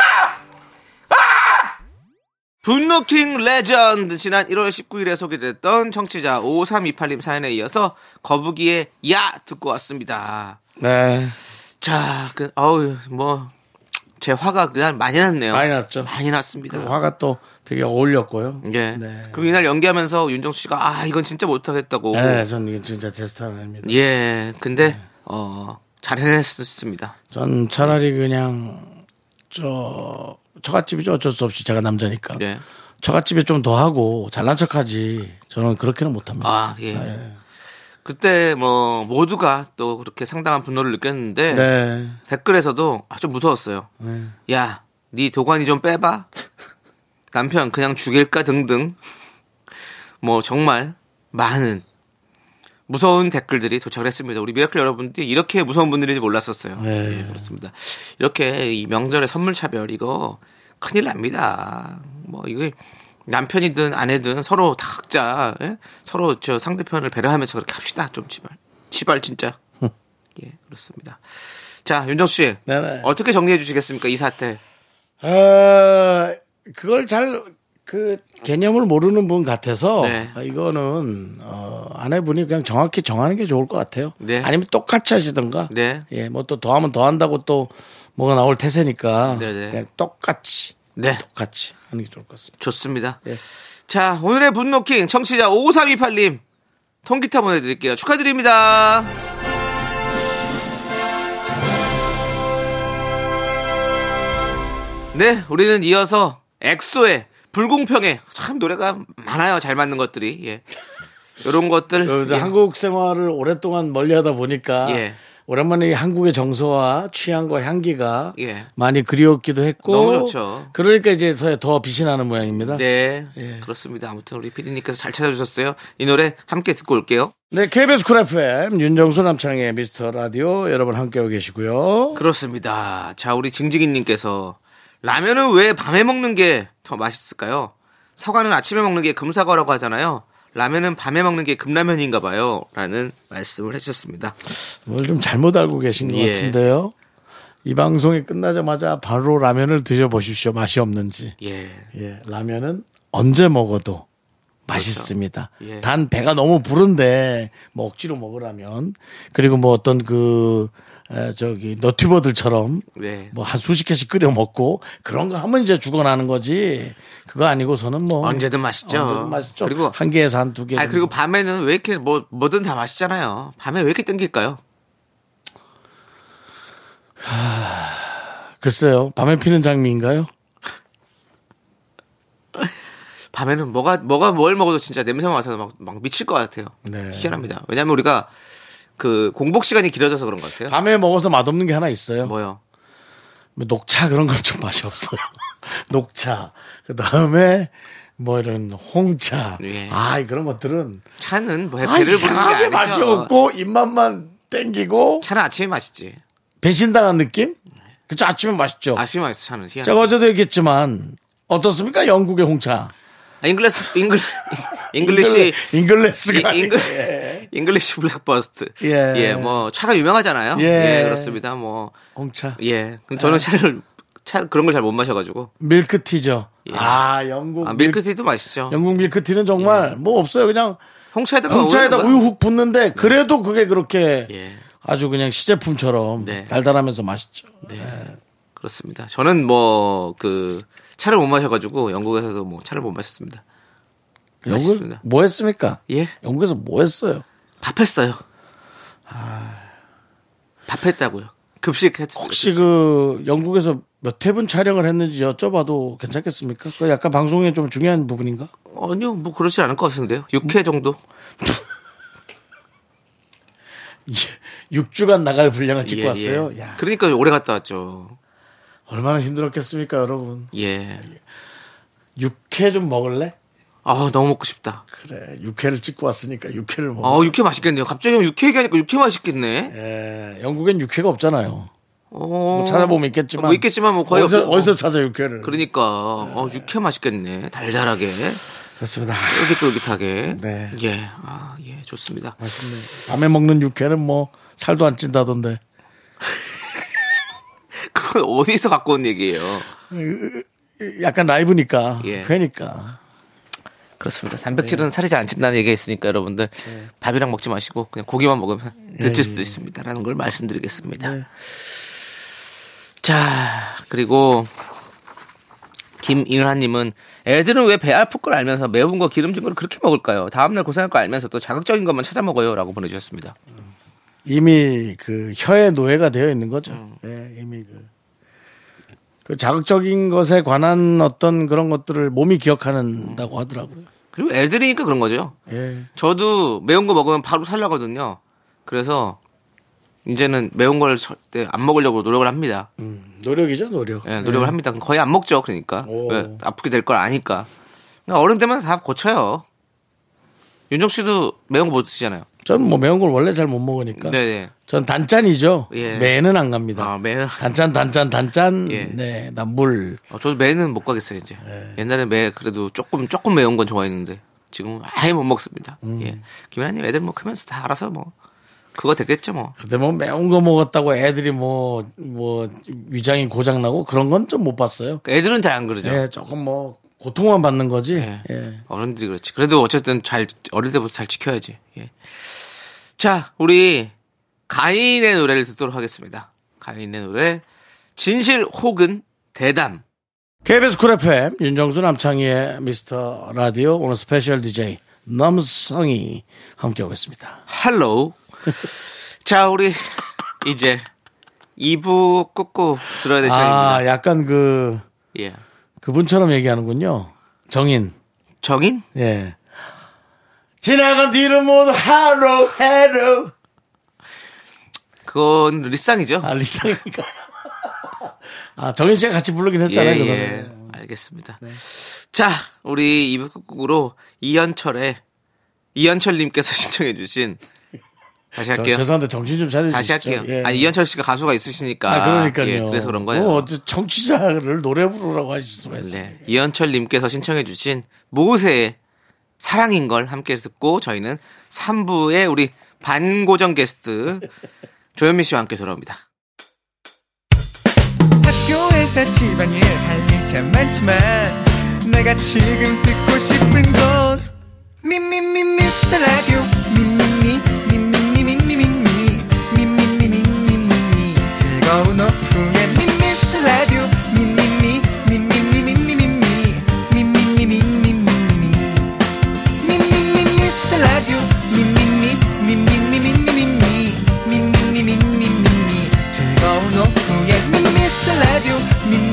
B: 분노킹 레전드 지난 1월 19일에 소개됐던 청취자 5328님 사연에 이어서 거북이의 야 듣고 왔습니다.
A: 네.
B: 자, 그 어우 뭐 제 화가 그냥 많이 났네요.
A: 많이 났죠.
B: 많이 났습니다.
A: 그 화가 또 되게 어울렸고요.
B: 예.
A: 네.
B: 그리고 이날 연기하면서 윤정수 씨가 아 이건 진짜 못하겠다고.
A: 네, 전 이게 진짜 제 스타일 아닙니다.
B: 예. 근데 어. 잘 해냈습니다.
A: 전 차라리 그냥 저 처갓집이죠. 어쩔 수 없이 제가 남자니까.
B: 네.
A: 처갓집에 좀 더 하고 잘난 척하지. 저는 그렇게는 못합니다.
B: 아, 예.
A: 네.
B: 그때 뭐 모두가 또 그렇게 상당한 분노를 느꼈는데
A: 네.
B: 댓글에서도 아, 좀 무서웠어요. 야, 네 도관이 좀 빼봐. 남편 그냥 죽일까 등등. 뭐 정말 많은 무서운 댓글들이 도착을 했습니다. 우리 미라클 여러분들이 이렇게 무서운 분들인지 몰랐었어요.
A: 네.
B: 예, 그렇습니다. 이렇게 이 명절의 선물 차별 이거 큰일 납니다. 뭐 이거 남편이든 아내든 서로 다 각자 예? 서로 저 상대편을 배려하면서 그렇게 합시다. 좀 제발.
A: *laughs*
B: 제발 진짜. 예, 그렇습니다. 자, 윤정수 씨.
A: 네네.
B: 어떻게 정리해 주시겠습니까? 이 사태.
A: 어, 아, 그걸 잘 그 개념을 모르는 분 같아서
B: 네.
A: 아, 이거는 어, 아내분이 그냥 정확히 정하는 게 좋을 것 같아요.
B: 네.
A: 아니면 똑같이 하시던가.
B: 네.
A: 예, 뭐 또 더하면 더한다고 또 뭐가 나올 테세니까
B: 네, 네.
A: 그냥 똑같이
B: 네,
A: 똑같이 하는 게 좋을 것 같습니다.
B: 좋습니다.
A: 예.
B: 자, 오늘의 분노킹 청취자 5328님 통기타 보내드릴게요. 축하드립니다. 네, 우리는 이어서 엑소의 불공평해 참 노래가 많아요. 잘 맞는 것들이 예. 이런 것들
A: 그 이제
B: 예.
A: 한국 생활을 오랫동안 멀리하다 보니까
B: 예.
A: 오랜만에 이 한국의 정서와 취향과 향기가
B: 예.
A: 많이 그리웠기도 했고
B: 너무 좋죠.
A: 그러니까 이제 서야 더 빛이 나는 모양입니다. 네.
B: 네, 그렇습니다. 아무튼 우리 피디님께서 잘 찾아주셨어요. 이 노래 함께 듣고 올게요.
A: KBS 네, 쿨 FM 윤정수 남창의 미스터 라디오 여러분 함께하고 계시고요.
B: 그렇습니다. 자, 우리 징징이님께서 라면은 왜 밤에 먹는 게 더 맛있을까요? 사과는 아침에 먹는 게 금사과라고 하잖아요. 라면은 밤에 먹는 게 금라면인가 봐요. 라는 말씀을 해주셨습니다.
A: 뭘 좀 잘못 알고 계신 것
B: 예.
A: 같은데요. 이 방송이 끝나자마자 바로 라면을 드셔보십시오. 맛이 없는지.
B: 예.
A: 예, 라면은 언제 먹어도 맛있습니다.
B: 그렇죠. 예.
A: 단 배가 너무 부른데 뭐 억지로 먹으라면 그리고 뭐 어떤 그 에, 저기 너튜버들처럼
B: 네.
A: 뭐 한 수십 개씩 끓여 먹고 그런 거 하면 이제 죽어나는 거지 그거 아니고서는 뭐
B: 언제든 맛있죠.
A: 언제든 맛있죠.
B: 그리고-
A: 한 개에서 한 두 개.
B: 아, 그리고
A: 정도.
B: 밤에는 왜 이렇게 뭐, 뭐든 다 맛있잖아요. 밤에 왜 이렇게 땡길까요?
A: 글쎄요 밤에 피는 장미인가요?
B: 밤에는 뭐가, 뭐가 뭘 먹어도 진짜 냄새만 와서 막, 막 미칠 것 같아요.
A: 네.
B: 희한합니다. 왜냐면 우리가 그 공복 시간이 길어져서 그런 것 같아요.
A: 밤에 먹어서 맛없는 게 하나 있어요.
B: 네. 뭐요?
A: 뭐 녹차 그런 건 좀 맛이 없어요. *laughs* 녹차. 그 다음에 뭐 이런 홍차.
B: 예.
A: 아, 이 그런 것들은
B: 차는 뭐
A: 아,
B: 해피를 부르는 게
A: 이상하게
B: 아니죠.
A: 맛이 없고 입맛만 땡기고
B: 차는 아침에 마시지.
A: 배신당한 느낌? 그쵸, 아침에 맛있죠.
B: 아침에 마시 차는 희한.
A: 제가 어제도 얘기했지만 어떻습니까? 영국의 홍차.
B: 아, 잉글리시 잉글
A: *laughs*
B: 잉글리시
A: 잉글레스가
B: 잉글
A: 아니고, 예.
B: 잉글리시 블랙버스트.
A: 예.
B: 예, 뭐 차가 유명하잖아요.
A: 예.
B: 예, 그렇습니다. 뭐
A: 홍차.
B: 예. 그럼 저는 차를 차 그런 걸 잘 못 마셔 가지고.
A: 밀크티죠.
B: 예.
A: 아, 영국
B: 아,
A: 밀크
B: 밀크티도 맛있죠.
A: 어. 영국 밀크티는
B: 예.
A: 정말 뭐 없어요. 그냥
B: 홍차에다가
A: 음. 홍차에다
B: 우유는
A: 우유 훅 붓는데 그래도 그게 그렇게
B: 뭐- 그러니까 예.
A: 아주 그냥 시제품처럼
B: 네.
A: 달달하면서 맛있죠.
B: 그렇습니다. 저는 뭐 그 차를 못 마셔 가지고 영국에서도 뭐 차를 못 마셨습니다.
A: 영국
B: 맛있습니다.
A: 뭐 했습니까?
B: 예.
A: 영국에서 뭐 했어요?
B: 밥했어요. 밥했다고요. 급식했죠.
A: 혹시 그 영국에서 몇 회분 촬영을 했는지 여쭤봐도 괜찮겠습니까? 그 약간 방송에 좀 중요한 부분인가? *laughs*
B: 아니요, 뭐 그렇지 않을 것 같은데요. 6회 정도.
A: 6주간 나갈 분량을 찍고
B: 예,
A: 왔어요.
B: 예.
A: 야,
B: 그러니까 오래 갔다 왔죠.
A: 얼마나 힘들었겠습니까, 여러분?
B: 예.
A: 6회 좀 먹을래?
B: 아 너무 먹고 싶다.
A: 그래, 6회를 찍고 왔으니까 6회를
B: 아
A: 먹어.
B: 6회 맛있겠네요. 갑자기 형 6회 얘기하니까 6회 맛있겠네.
A: 예, 영국엔 6회가 없잖아요.
B: 어.
A: 뭐 찾아보면 있겠지만.
B: 뭐 있겠지만 뭐 거의
A: 어디서,
B: 없-
A: 어디서 찾아 6회를.
B: 그러니까 어 6회 맛있겠네. 달달하게
A: 그렇습니다.
B: 쫄깃쫄깃하게.
A: 네.
B: 예. 아 예. 좋습니다.
A: 밤에 먹는 6회는 뭐 살도 안 찐다던데.
B: 그건 어디서 갖고 온 얘기예요?
A: 약간 라이브니까
B: 예.
A: 회니까
B: 그렇습니다. 단백질은 살이 잘 안 찐다는 얘기가 있으니까 여러분들 밥이랑 먹지 마시고 그냥 고기만 먹으면 드칠 수도 있습니다라는 걸 말씀드리겠습니다. 자 그리고 김인환님은 애들은 왜 배 아플 걸 알면서 매운 거 기름진 걸 그렇게 먹을까요? 다음날 고생할 거 알면서 또 자극적인 것만 찾아 먹어요라고 보내주셨습니다.
A: 이미 그 혀의 노예가 되어 있는 거죠.
B: 음.
A: 예, 이미 그. 그 자극적인 것에 관한 어떤 그런 것들을 몸이 기억하는다고 하더라고요.
B: 그리고 애들이니까 그런 거죠.
A: 예.
B: 저도 매운 거 먹으면 바로 살라거든요. 그래서 이제는 매운 걸 절대 안 먹으려고 노력을 합니다.
A: 음, 노력이죠, 노력.
B: 예, 노력을 합니다. 그럼 거의 안 먹죠, 그러니까.
A: 오.
B: 예, 아프게 될 걸 아니까. 그러니까 어른 되면 다 고쳐요. 윤정 씨도 매운 거 못 드시잖아요.
A: 저는 뭐 매운 걸 원래 잘 못 먹으니까.
B: 네네.
A: 전 단짠이죠.
B: 예.
A: 매는 안 갑니다.
B: 아, 매는.
A: 단짠, 단짠, 단짠.
B: 예.
A: 네, 난 물.
B: 어, 저도 매는 못 가겠어요, 이제.
A: 예.
B: 옛날에 매 그래도 조금, 조금 매운 건 좋아했는데 지금 아예 못 먹습니다.
A: 음.
B: 예. 김현아님 애들 뭐 크면서 다 알아서 뭐 그거 됐겠죠, 뭐.
A: 근데 뭐 매운 거 먹었다고 애들이 뭐, 뭐 위장이 고장나고 그런 건 좀 못 봤어요.
B: 애들은 잘 안 그러죠.
A: 예, 조금 뭐 고통만 받는 거지.
B: 예.
A: 예.
B: 어른들이 그렇지. 그래도 어쨌든 잘 어릴 때부터 잘 지켜야지. 예. 자, 우리 가인의 노래를 듣도록 하겠습니다. 가인의 노래 진실 혹은 대담.
A: KBS 쿨 FM 윤정수 남창희의 미스터 라디오 오늘 스페셜 DJ 남성이 함께하고 있습니다.
B: 헬로우. *laughs* 자, 우리 이제 2부 꾹꾹 들어야 될
A: 아
B: 네, 시간입니다.
A: 약간 그
B: 예.
A: 그분처럼 얘기하는군요. 정인.
B: 정인?
A: 예. 지나간 뒤를 모두 하로 해로
B: 그건 리쌍이죠.
A: 아 리쌍이가. *laughs* 아 정인 씨가 같이 부르긴 했잖아요. 그 노래.
B: 예, 알겠습니다. 자, 우리 2부 끝곡으로 이현철의 이현철님께서 *laughs* 신청해주신 다시
A: 저-
B: 할게요.
A: 죄송한데 정신 좀 차려 주시죠.
B: 다시 할게요.
A: 예.
B: 아 이현철 씨가 가수가 있으시니까.
A: 아, 그러니까요.
B: 예, 그래서 그런 거예요.
A: 뭐 어째 청취자를 노래 부르라고 하실 수가 있어요.
B: 네. 이현철님께서 신청해주신 모세의 사랑인 걸 함께 듣고 저희는 3부에 우리 반고정 게스트 조현미 씨와 함께 돌아옵니다.
F: 학교에서 집안일 할 일 참 많지만 내가 지금 듣고 싶은 건 미미미 미스터 라디오 미미미 미미미 미미미 미미미 미미미 즐거운 오후에 미스터 라디오 미미미 미미미 미미미 미미미 미미미 미미미 미스터 라디오 미미미 미미미 미미미 미미미 미미미 즐거운 오후에 미스터 라디오 미미미 미미미 미미미 미미미 미미미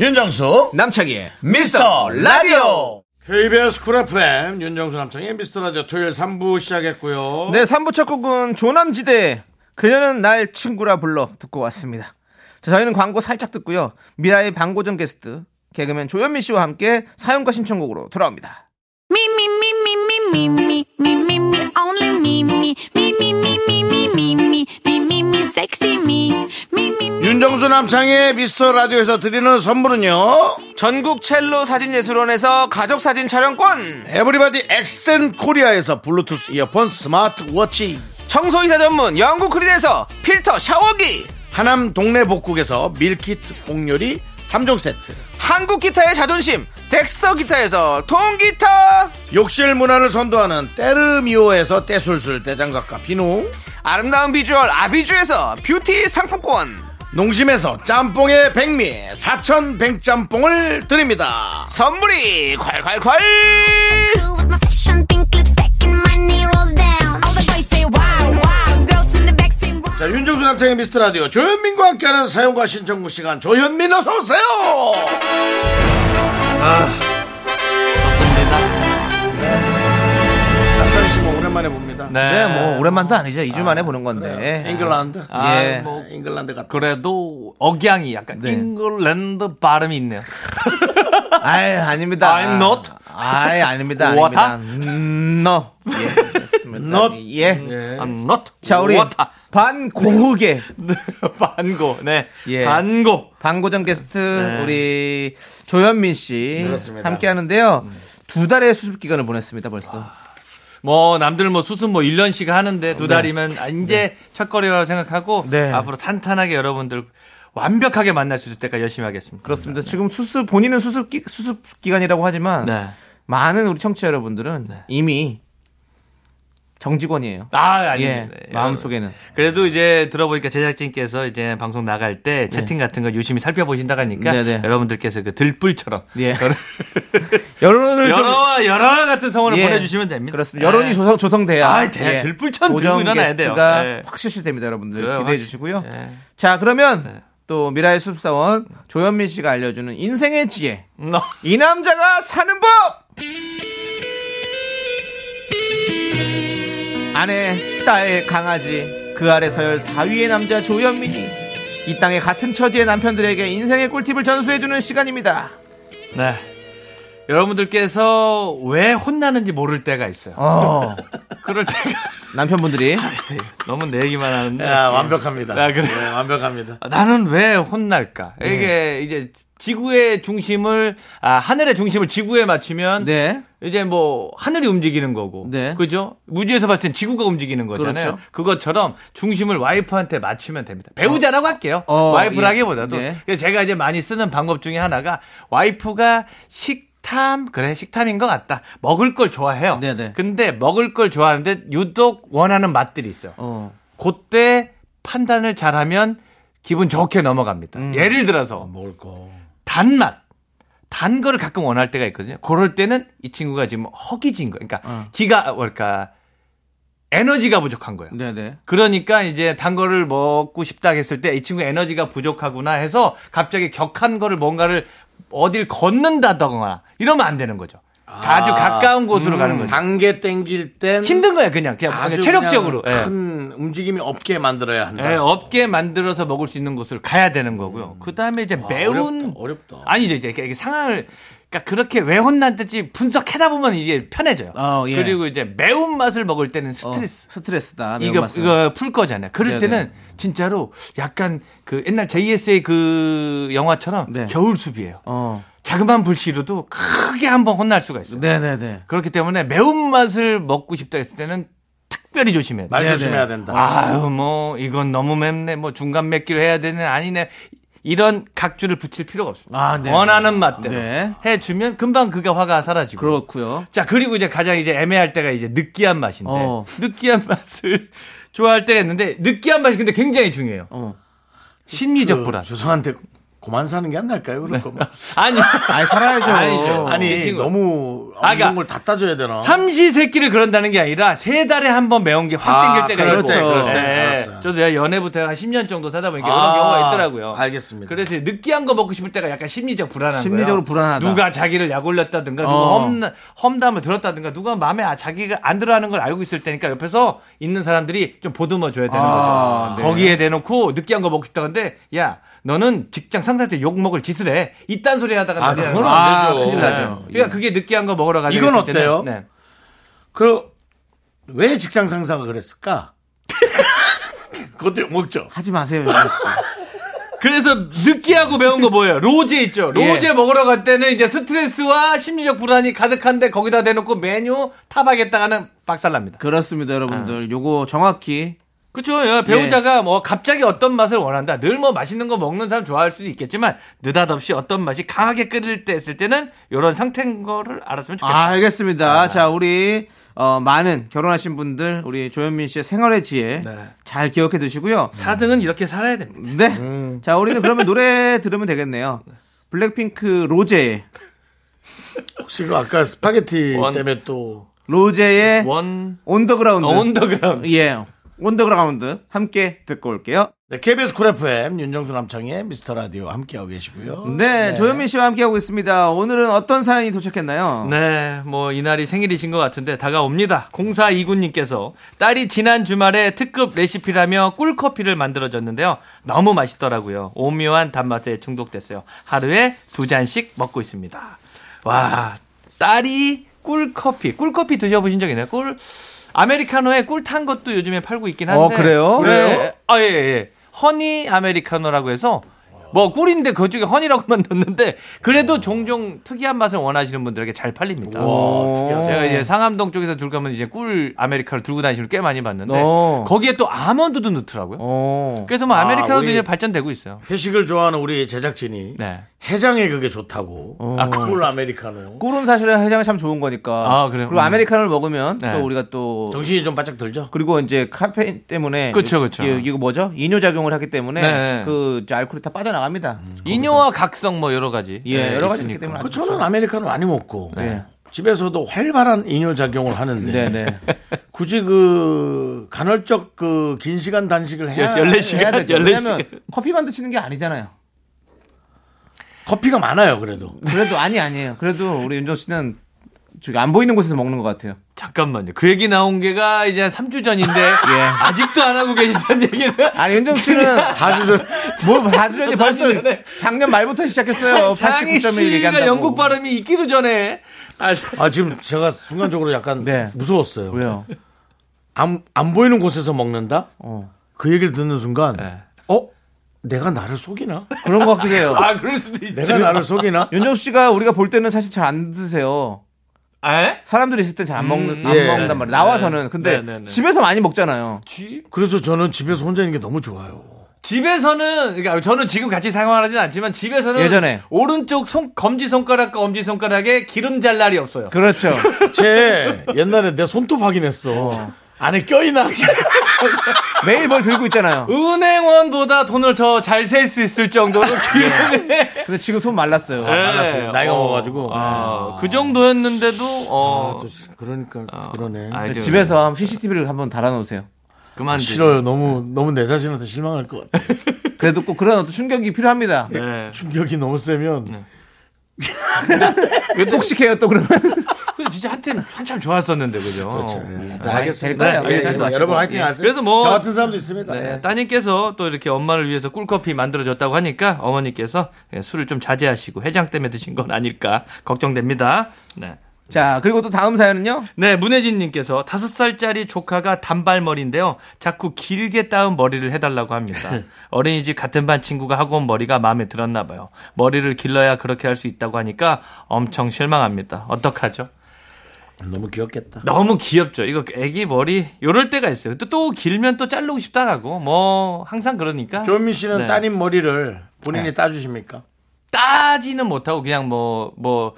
A: 윤정수
B: 남창희의
A: 미스터 라디오 KBS 쿨 FM 윤정수 남창의 미스터 라디오 토요일 3부 시작했고요.
B: 네, 3부 첫 곡은 조남지대 그녀는 날 친구라 불러 듣고 왔습니다. 자, 저희는 광고 살짝 듣고요. 미라의 방고정 게스트 개그맨 조현미 씨와 함께 사연과 신청곡으로 돌아옵니다.
E: Me, me, me, me, me, me, me, me, me, me, only me, me, me, me, me, me, me, me, me, me, me, me, sexy me, me, me, me.
A: 윤정수 남창의 미스터 라디오에서 드리는 선물은요.
B: 전국 첼로 사진예술원에서 가족 사진 촬영권,
A: 에브리바디 엑센 코리아에서 블루투스 이어폰 스마트워치
B: 청소이사 전문 영국 크린에서 필터 샤워기,
A: 하남 동네 복국에서 밀키트 복요리 3종 세트
B: 한국 기타의 자존심 덱스터 기타에서 통기타,
A: 욕실 문화를 선도하는 때르미오에서 때술술 때장갑과 비누
B: 아름다운 비주얼 아비주에서 뷰티 상품권.
A: 농심에서 짬뽕의 백미 사천 백짬뽕을 드립니다
B: 선물이 콸콸콸!
E: Cool with my fashion, pink lipstick, and my knee rolls down. All the boys say wow, wow. Girls in the back say wow.
A: 자 윤정수 남창의 미스트라디오 조현민과 함께하는 사용과 신청국 시간 조현민 어서오세요 아 박선씨 뭐 오랜만에 봅니다 네.
B: 네, 뭐 오랜만도 아니죠. 2주 만에 보는 건데.
A: 잉글랜드
B: 아, 예.
A: 뭐 잉글랜드 같은
G: 그래도 억양이 약간
B: 네.
G: 잉글랜드 발음이
B: *laughs*
G: 있네요.
B: 아이, 아닙니다.
G: I'm not.
B: 아이, 아닙니다.
G: What?
B: 아닙니다. 음, No. 예. 그렇습니다.
A: Not.
B: 예.
G: I'm not.
B: 자, 우리
G: water. *laughs*
B: 반고흑의
G: 반고. 네.
B: 예.
G: 반고.
B: 반고정 네. 게스트 우리 조현민 씨 함께 하는데요. 두 달의 수습 기간을 보냈습니다, 벌써.
G: 뭐 남들 뭐 수습 뭐 1년씩 하는데 두 달이면 아, 이제 첫걸이라고 생각하고
B: 네.
G: 앞으로 탄탄하게 여러분들 완벽하게 만날 수 있을 때까지 열심히 하겠습니다.
B: 그렇습니다. 지금 수습 본인은 수습 기, 수습 기간이라고 하지만
G: 네.
B: 많은 우리 청취자 여러분들은 이미 정직원이에요.
G: 아,
B: 예.
G: 아닙니다. 예.
B: 마음속에는
G: 그래도 이제 들어보니까 제작진께서 이제 방송 나갈 때 채팅 같은 거 유심히 살펴보신다고 하니까
B: 네. 네네.
G: 여러분들께서 그 들불처럼
B: 예.
G: 여러-
B: 여론을 좀
G: *laughs* 여러와 여러와 같은 성원을
B: 예.
G: 보내주시면 됩니다. 예.
B: 그렇습니다. 여론이 조성, 조성돼야.
G: 아이, 대- 들불천 들고
B: 고정
G: 일어나야 돼요.
B: 게스트가
G: 예.
B: 확 실시됩니다, 여러분들.
G: 그래요,
B: 기대해
G: 확-
B: 주시고요.
G: 예.
B: 자, 그러면 또 미라의 숲사원 조현민 씨가 알려주는 인생의 지혜.
G: 너-
B: 이 남자가 사는 법! 아내, 딸, 강아지, 그 아래 서열 4위의 남자 조현민이 이 땅의 같은 처지의 남편들에게 인생의 꿀팁을 전수해주는 시간입니다.
G: 네.
D: 여러분들께서 왜 혼나는지 모를 때가 있어요.
B: 어,
D: *laughs* 그럴 때가 *laughs*
B: *laughs* 남편분들이
D: 너무 내 얘기만 하는데.
A: 야, 완벽합니다.
D: 아, 그래요?
A: 예, 완벽합니다.
D: 나는 왜 혼날까?
B: 네.
D: 이게 이제 지구의 중심을 아 하늘의 중심을 지구에 맞추면
B: 네.
D: 이제 뭐 하늘이 움직이는 거고
B: 네.
D: 그죠? 무지에서 봤을 땐 지구가 움직이는 거잖아요.
B: 그렇죠.
D: 그것처럼 중심을 와이프한테 맞추면 됩니다. 배우자라고 할게요.
B: 어,
D: 와이프라기보다도
B: 예. 네.
D: 그래서 제가 이제 많이 쓰는 방법 중에 하나가 와이프가 식탐 그래 식탐인 것 같다. 먹을 걸 좋아해요.
B: 네네.
D: 근데 먹을 걸 좋아하는데 유독 원하는 맛들이 있어요.
B: 어.
D: 그때 판단을 잘하면 기분 좋게 넘어갑니다.
B: 음.
D: 예를 들어서 단맛. 단 거를 가끔 원할 때가 있거든요. 그럴 때는 이 친구가 지금 허기진 거. 그러니까
B: 어.
D: 기가 뭐랄까 에너지가 부족한 거예요.
B: 네네.
D: 그러니까 이제 단 거를 먹고 싶다 했을 때 이 친구 에너지가 부족하구나 해서 갑자기 격한 거를 뭔가를 어딜 걷는다거나 이러면 안 되는 거죠. 아주 가까운 곳으로 가는 거죠.
A: 음, 단계 땡길 땐
D: 힘든 거예요, 그냥 그냥
A: 아주
D: 체력적으로.
A: 그냥
D: 예.
A: 큰 움직임이 없게 만들어야 한다.
D: 예, 없게 만들어서 먹을 수 있는 곳을 가야 되는 거고요. 그 다음에 이제 매운
A: 어렵다, 어렵다.
D: 아니죠 이제 이게 상황을 그러니까 그렇게 왜 혼났는지 분석하다 보면 이게 편해져요.
B: 어, 예.
D: 그리고 이제 매운 맛을 먹을 때는
B: 어,
D: 스트레스.
B: 스트레스다.
D: 이거
B: 매운맛은.
D: 이거 풀 거잖아요. 그럴
B: 네,
D: 때는 진짜로 약간 그 옛날 JSA 그 영화처럼
B: 네.
D: 겨울 숲이에요.
B: 어.
D: 자그마한 불씨로도 크게 한번 혼날 수가 있어요.
B: 네네네.
D: 그렇기 때문에 매운 맛을 먹고 싶다 했을 때는 특별히 조심해야 돼요.
A: 말
B: 네네.
A: 조심해야 된다.
D: 아유 뭐 이건 너무 맵네 뭐 중간 맵기로 해야 되는 아니네 이런 각주를 붙일 필요가 없습니다.
B: 아, 네.
D: 원하는 맛대로
B: 네.
D: 해주면 금방 그가 화가 사라지고.
B: 그렇고요.
D: 자 그리고 이제 가장 이제 애매할 때가 이제 느끼한 맛인데
B: 어.
D: 느끼한 맛을 *laughs* 좋아할 때가 있는데 느끼한 맛이 근데 굉장히 중요해요.
B: 어. 그
D: 심리적 불안.
A: 죄송한데 그만 사는 게 안 날까요? 그럴 거면.
D: *laughs* 아니
B: 아니, 살아야죠.
D: 아니죠. 이
A: 아니
D: 친구.
A: 너무
D: 아,
A: 엉덩
D: 그러니까
A: 걸다 따줘야 되나?
D: 삼시세끼를 그런다는 게 아니라 세 달에 한 번 매운 게 확
A: 아,
D: 땡길 때가
A: 그럴
D: 있고.
A: 때, 그럴 때.
D: 예.
A: 알았어요.
D: 저도 연애부터 한 10년 정도 사다 보니까
A: 아,
D: 그런 경우가 있더라고요.
A: 알겠습니다.
D: 그래서 느끼한 거 먹고 싶을 때가 약간 심리적 불안한 거예요.
B: 심리적으로 불안하다.
D: 누가 자기를 약올렸다든가 누가
B: 어.
D: 험나- 험담을 들었다든가 누가 마음에 아- 자기가 안 들어하는 걸 알고 있을 때니까 옆에서 있는 사람들이 좀 보듬어 줘야 되는
B: 아,
D: 거죠.
B: 네.
D: 거기에 대놓고 느끼한 거 먹고 싶다 근데 야 너는 직장 상사한테 욕 먹을 짓을 해. 이딴 소리 하다가
A: 아,
D: 난리
A: 그건
D: 나요.
A: 안
B: 아,
A: 되죠.
B: 큰일 나죠.
D: 네. 그러니까 그게 느끼한 거 먹으러 가자.
A: 이건
D: 했을 때는,
A: 어때요?
D: 네.
A: 그, 왜 직장 상사가 그랬을까? *laughs* 그것도 욕먹죠.
B: 하지 마세요, *laughs* 윤정 씨.
D: 그래서 느끼하고 매운 거 뭐예요? 로제 있죠. 로제 먹으러 갈 때는 이제 스트레스와 심리적 불안이 가득한데 거기다 대놓고 메뉴 탑하겠다가는 박살납니다.
B: 그렇습니다,
D: 아.
B: 여러분들. 요거 정확히.
D: 그렇죠. 예, 배우자가 뭐 갑자기 어떤 맛을 원한다. 늘 뭐 맛있는 거 먹는 사람 좋아할 수도 있겠지만 느닷없이 어떤 맛이 강하게 끓일 때 했을 때는 이런 상태인 거를 알았으면 좋겠다.
B: 아, 알겠습니다. 자, 우리 어, 많은 결혼하신 분들 우리 조현민 씨의 생활의 지혜
D: 네.
B: 잘 기억해 두시고요.
D: 사 4등은 이렇게 살아야 됩니다. 음.
B: 네. 자, 우리는 그러면 노래 *laughs* 들으면 되겠네요. 블랙핑크 로제의
A: 혹시 그 아까 스파게티
D: 원.
A: 때문에 또
B: 로제의
D: 원
B: 온더그라운드.
D: 어, 언더그라운드.
B: 예. 온더그라운드 함께 듣고 올게요.
A: 네, KBS 쿨 FM 윤정수 남창의 미스터 라디오 함께하고 계시고요.
B: 네, 조현민 씨와 함께하고 있습니다. 오늘은 어떤 사연이 도착했나요?
D: 네, 뭐 이날이 생일이신 것 같은데 다가옵니다. 0429님께서 딸이 지난 주말에 특급 레시피라며 꿀커피를 만들어줬는데요. 너무 맛있더라고요. 오묘한 단맛에 중독됐어요. 하루에 두 잔씩 먹고 있습니다. 와, 딸이 꿀커피, 꿀커피 드셔보신 적 있나요? 꿀 아메리카노에 꿀 탄 것도 요즘에 팔고 있긴 한데.
B: 어, 그래요?
D: 네. 아, 예, 예. 허니 아메리카노라고 해서 뭐 꿀인데 그쪽에 허니라고만 넣는데 그래도 종종 특이한 맛을 원하시는 분들에게 잘 팔립니다. 제가 이제 상암동 쪽에서 들고 가면 이제 꿀 아메리카노 들고 다니시는 걸 꽤 많이 봤는데
B: 어.
D: 거기에 또 아몬드도 넣더라고요.
B: 어.
D: 그래서 뭐
A: 아,
D: 아메리카노도
A: 우리-
D: 이제 발전되고 있어요.
A: 회식을 좋아하는 우리 제작진이
D: 네.
A: 해장에 그게 좋다고.
B: 어.
A: 아, 꿀 아메리카노.
B: 꿀은 사실은 해장이 참 좋은 거니까.
D: 아, 그래요?
B: 리고 아메리카노를 먹으면
D: 네.
B: 또 우리가 또
A: 정신이 좀 바짝 들죠.
B: 그리고 이제 카페인 때문에
D: 그쵸, 그쵸.
H: 예,
B: 이게, 이거 뭐죠? 이뇨 작용을 하기 때문에
D: 네.
B: 그 이제 알코올이 다 빠져나갑니다.
D: 이뇨와 각성 뭐 여러 가지.
B: 예,
D: 네,
B: 여러 가지 있기
D: 있으니까.
B: 때문에
A: 그
B: 아주
A: 저는 아메리카노 많이 먹고
B: 네.
A: 집에서도 활발한 이뇨 작용을 하는데
B: 네, 네.
A: 굳이 그 간헐적 그 긴 시간 단식을
H: 네,
A: 해야
I: 아,
D: 14시간,
B: 해야 되죠.
D: 14시간.
B: 왜냐면 커피만 드시는 게 아니잖아요.
A: 커피가 많아요 그래도
B: 그래도 아니 아니에요. 그래도 우리 윤정 씨는
I: 저기 안 보이는 곳에서 먹는 것 같아요.
H: 잠깐만요. 그 얘기 나온 게가 이제 한 3주
B: *laughs*
H: 전인데
B: 예.
H: 아직도 안 하고 계시다는 얘기는
I: 아니
H: *laughs*
I: 윤정 씨는 4주 전, 뭘 4주 전이 벌써
H: 사주 전에.
I: 작년 말부터 시작했어요.
H: *laughs* 장희
I: 89.1
H: 씨가
I: 얘기한다고.
H: 영국 발음이 있기도 전에 아,
A: 아 지금 제가 순간적으로 약간
I: 네.
A: 무서웠어요.
I: 왜요?
A: 안, 안 보이는 곳에서 먹는다?
I: 어.
A: 그 얘기를 듣는 순간
H: 네.
A: 어? 내가
H: *laughs*
A: 나를 속이나?
I: 그런 것 같기도 해요.
H: 아 그럴 수도 있지.
A: 내가 나를
H: *laughs*
A: 속이나?
I: 윤정 씨가 우리가 볼 때는 사실 잘 안 드세요.
H: 에?
I: 사람들이 있을 땐 잘 안 먹는 안
A: 예.
I: 먹는단 말이에요. 나와 저는 근데
H: 음, 네, 네, 네.
I: 집에서 많이 먹잖아요.
H: 지-
A: 그래서 저는 집에서 혼자 있는 게 너무 좋아요.
H: 집에서는 그러니까 저는 지금 같이 생활하진 않지만 집에서는
I: 예전에.
H: 오른쪽 손 검지 손가락과 엄지 손가락에 기름 잘 날이 없어요. *laughs*
I: 그렇죠.
A: 쟤 옛날에 내 손톱 확인했어. 안에
H: *laughs*
A: 껴있나?
H: 네.
I: 매일 뭘 들고 있잖아요.
H: 은행원보다 돈을 더 잘 셀 수 있을 정도로 기름에
I: 아, 예. 근데 지금 손 말랐어요.
A: 알았어요. 나이가 먹어가지고.
H: 아, 그 정도였는데도 어,
A: 그러니까 그러네.
H: 아이, 저-
I: 집에서 한 CCTV를 한번 달아놓으세요.
H: 그만
A: 싫어요. 너무 너무 내 자신한테 실망할 것 같아.
I: 그래도 꼭 그런 어떤 충격이 필요합니다.
H: 네.
A: 충격이 너무 세면
I: 예, 혹시해요 또 그러면
H: 그 진짜 한때는 한참 좋았었는데 그죠?
B: 그렇죠.
H: 어.
I: 알겠습니다. 아,
H: 네,
I: 될 거예요. 예, 생각 마시고.
A: 여러분 화이팅 하세요.
H: 그래서 뭐- 네.
A: 저 같은 사람도 있습니다. 예.
H: 따님께서 또 이렇게 엄마를 위해서 꿀커피 만들어줬다고 하니까 어머니께서 예, 술을 좀 자제하시고 해장 때문에 드신 건 아닐까 걱정됩니다. 네.
I: 자 그리고 또 다음 사연은요.
H: 네, 문혜진님께서 다섯 살짜리 조카가 단발머리인데요. 자꾸 길게 따은 머리를 해달라고 합니다. 어린이집 같은 반 친구가 하고 온 머리가 마음에 들었나 봐요. 머리를 길러야 그렇게 할 수 있다고 하니까 엄청 실망합니다. 어떡하죠?
A: 너무 귀엽겠다.
H: 너무 귀엽죠. 이거 애기 머리 요럴 때가 있어요. 또, 또 길면 또 자르고 싶다라고 뭐 항상 그러니까
A: 조현민 씨는
H: 네.
A: 따님 머리를 본인이 따주십니까?
H: 따지는 못하고 그냥 뭐 뭐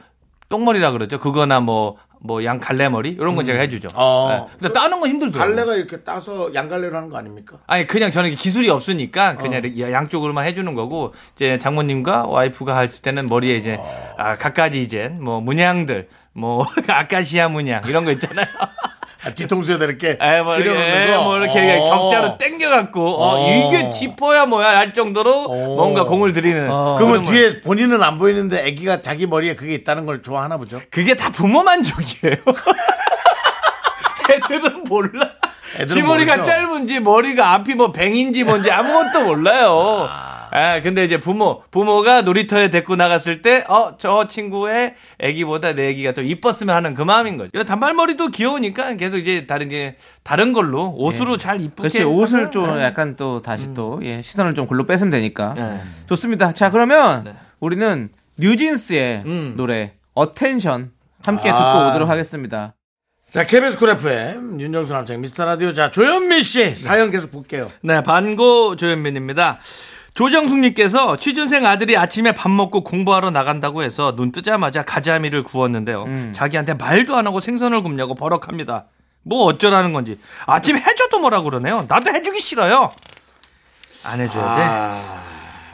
H: 똥머리라 그러죠. 그거나 뭐 뭐 양 갈래머리 이런 건 제가 해주죠.
A: 어.
H: 네. 근데 따는 건 힘들더라고요.
A: 갈래가 이렇게 따서 양갈래로 하는 거 아닙니까?
H: 아니 그냥 저는 기술이 없으니까 그냥 이렇게 양쪽으로만 해주는 거고 이제 장모님과 와이프가 할 때는 머리에 이제 아, 각가지 이제 뭐 문양들 뭐 *laughs* 아카시아 문양 이런 거 *laughs* 있잖아요.
A: 아, 뒤통수에다 이렇게
H: 에, 뭐
A: 그려놓는
H: 이렇게,
A: 거.
H: 뭐 이렇게
A: 어.
H: 격자로 땡겨갖고 어,
A: 어.
H: 이게 지퍼야 뭐야 할 정도로
A: 어.
H: 뭔가 공을 들이는
A: 그러면
H: 그런 거.
A: 뒤에 본인은 안 보이는데 아기가 자기 머리에 그게 있다는 걸 좋아하나 보죠.
H: 그게 다 부모 만족이에요. *laughs* 애들은 몰라.
A: 애들은
H: 지 머리가
A: 모르죠.
H: 짧은지 머리가 앞이 뭐 뱅인지 뭔지 아무것도 몰라요. 아, 근데 이제 부모, 부모가 놀이터에 데리고 나갔을 때, 어, 저 친구의 애기보다 내 애기가 더 이뻤으면 하는 그 마음인 거죠. 이거 단발머리도 귀여우니까 계속 이제 다른, 이제 다른 걸로 옷으로 잘 이쁘게.
I: 그렇지 옷을
H: 하면,
I: 좀
H: 예.
I: 약간 또 다시 또 예, 시선을 좀 골로 뺏으면 되니까
H: 예. 네.
I: 좋습니다. 자 그러면 우리는 뉴진스의
H: 음.
I: 노래 어텐션 함께
H: 아.
I: 듣고 오도록 하겠습니다.
A: 자, KBS 쿨 FM, 윤정수 남창 미스터 라디오. 자, 조현민 씨 사연 계속 볼게요.
H: 네, 반고 조현민입니다. 조정숙님께서 취준생 아들이 아침에 밥 먹고 공부하러 나간다고 해서 눈 뜨자마자 가자미를 구웠는데요.
I: 음.
H: 자기한테 말도 안 하고 생선을 굽냐고 버럭합니다. 뭐 어쩌라는 건지. 아침에 해줘도 뭐라 그러네요. 나도 해주기 싫어요. 안 해줘야 돼.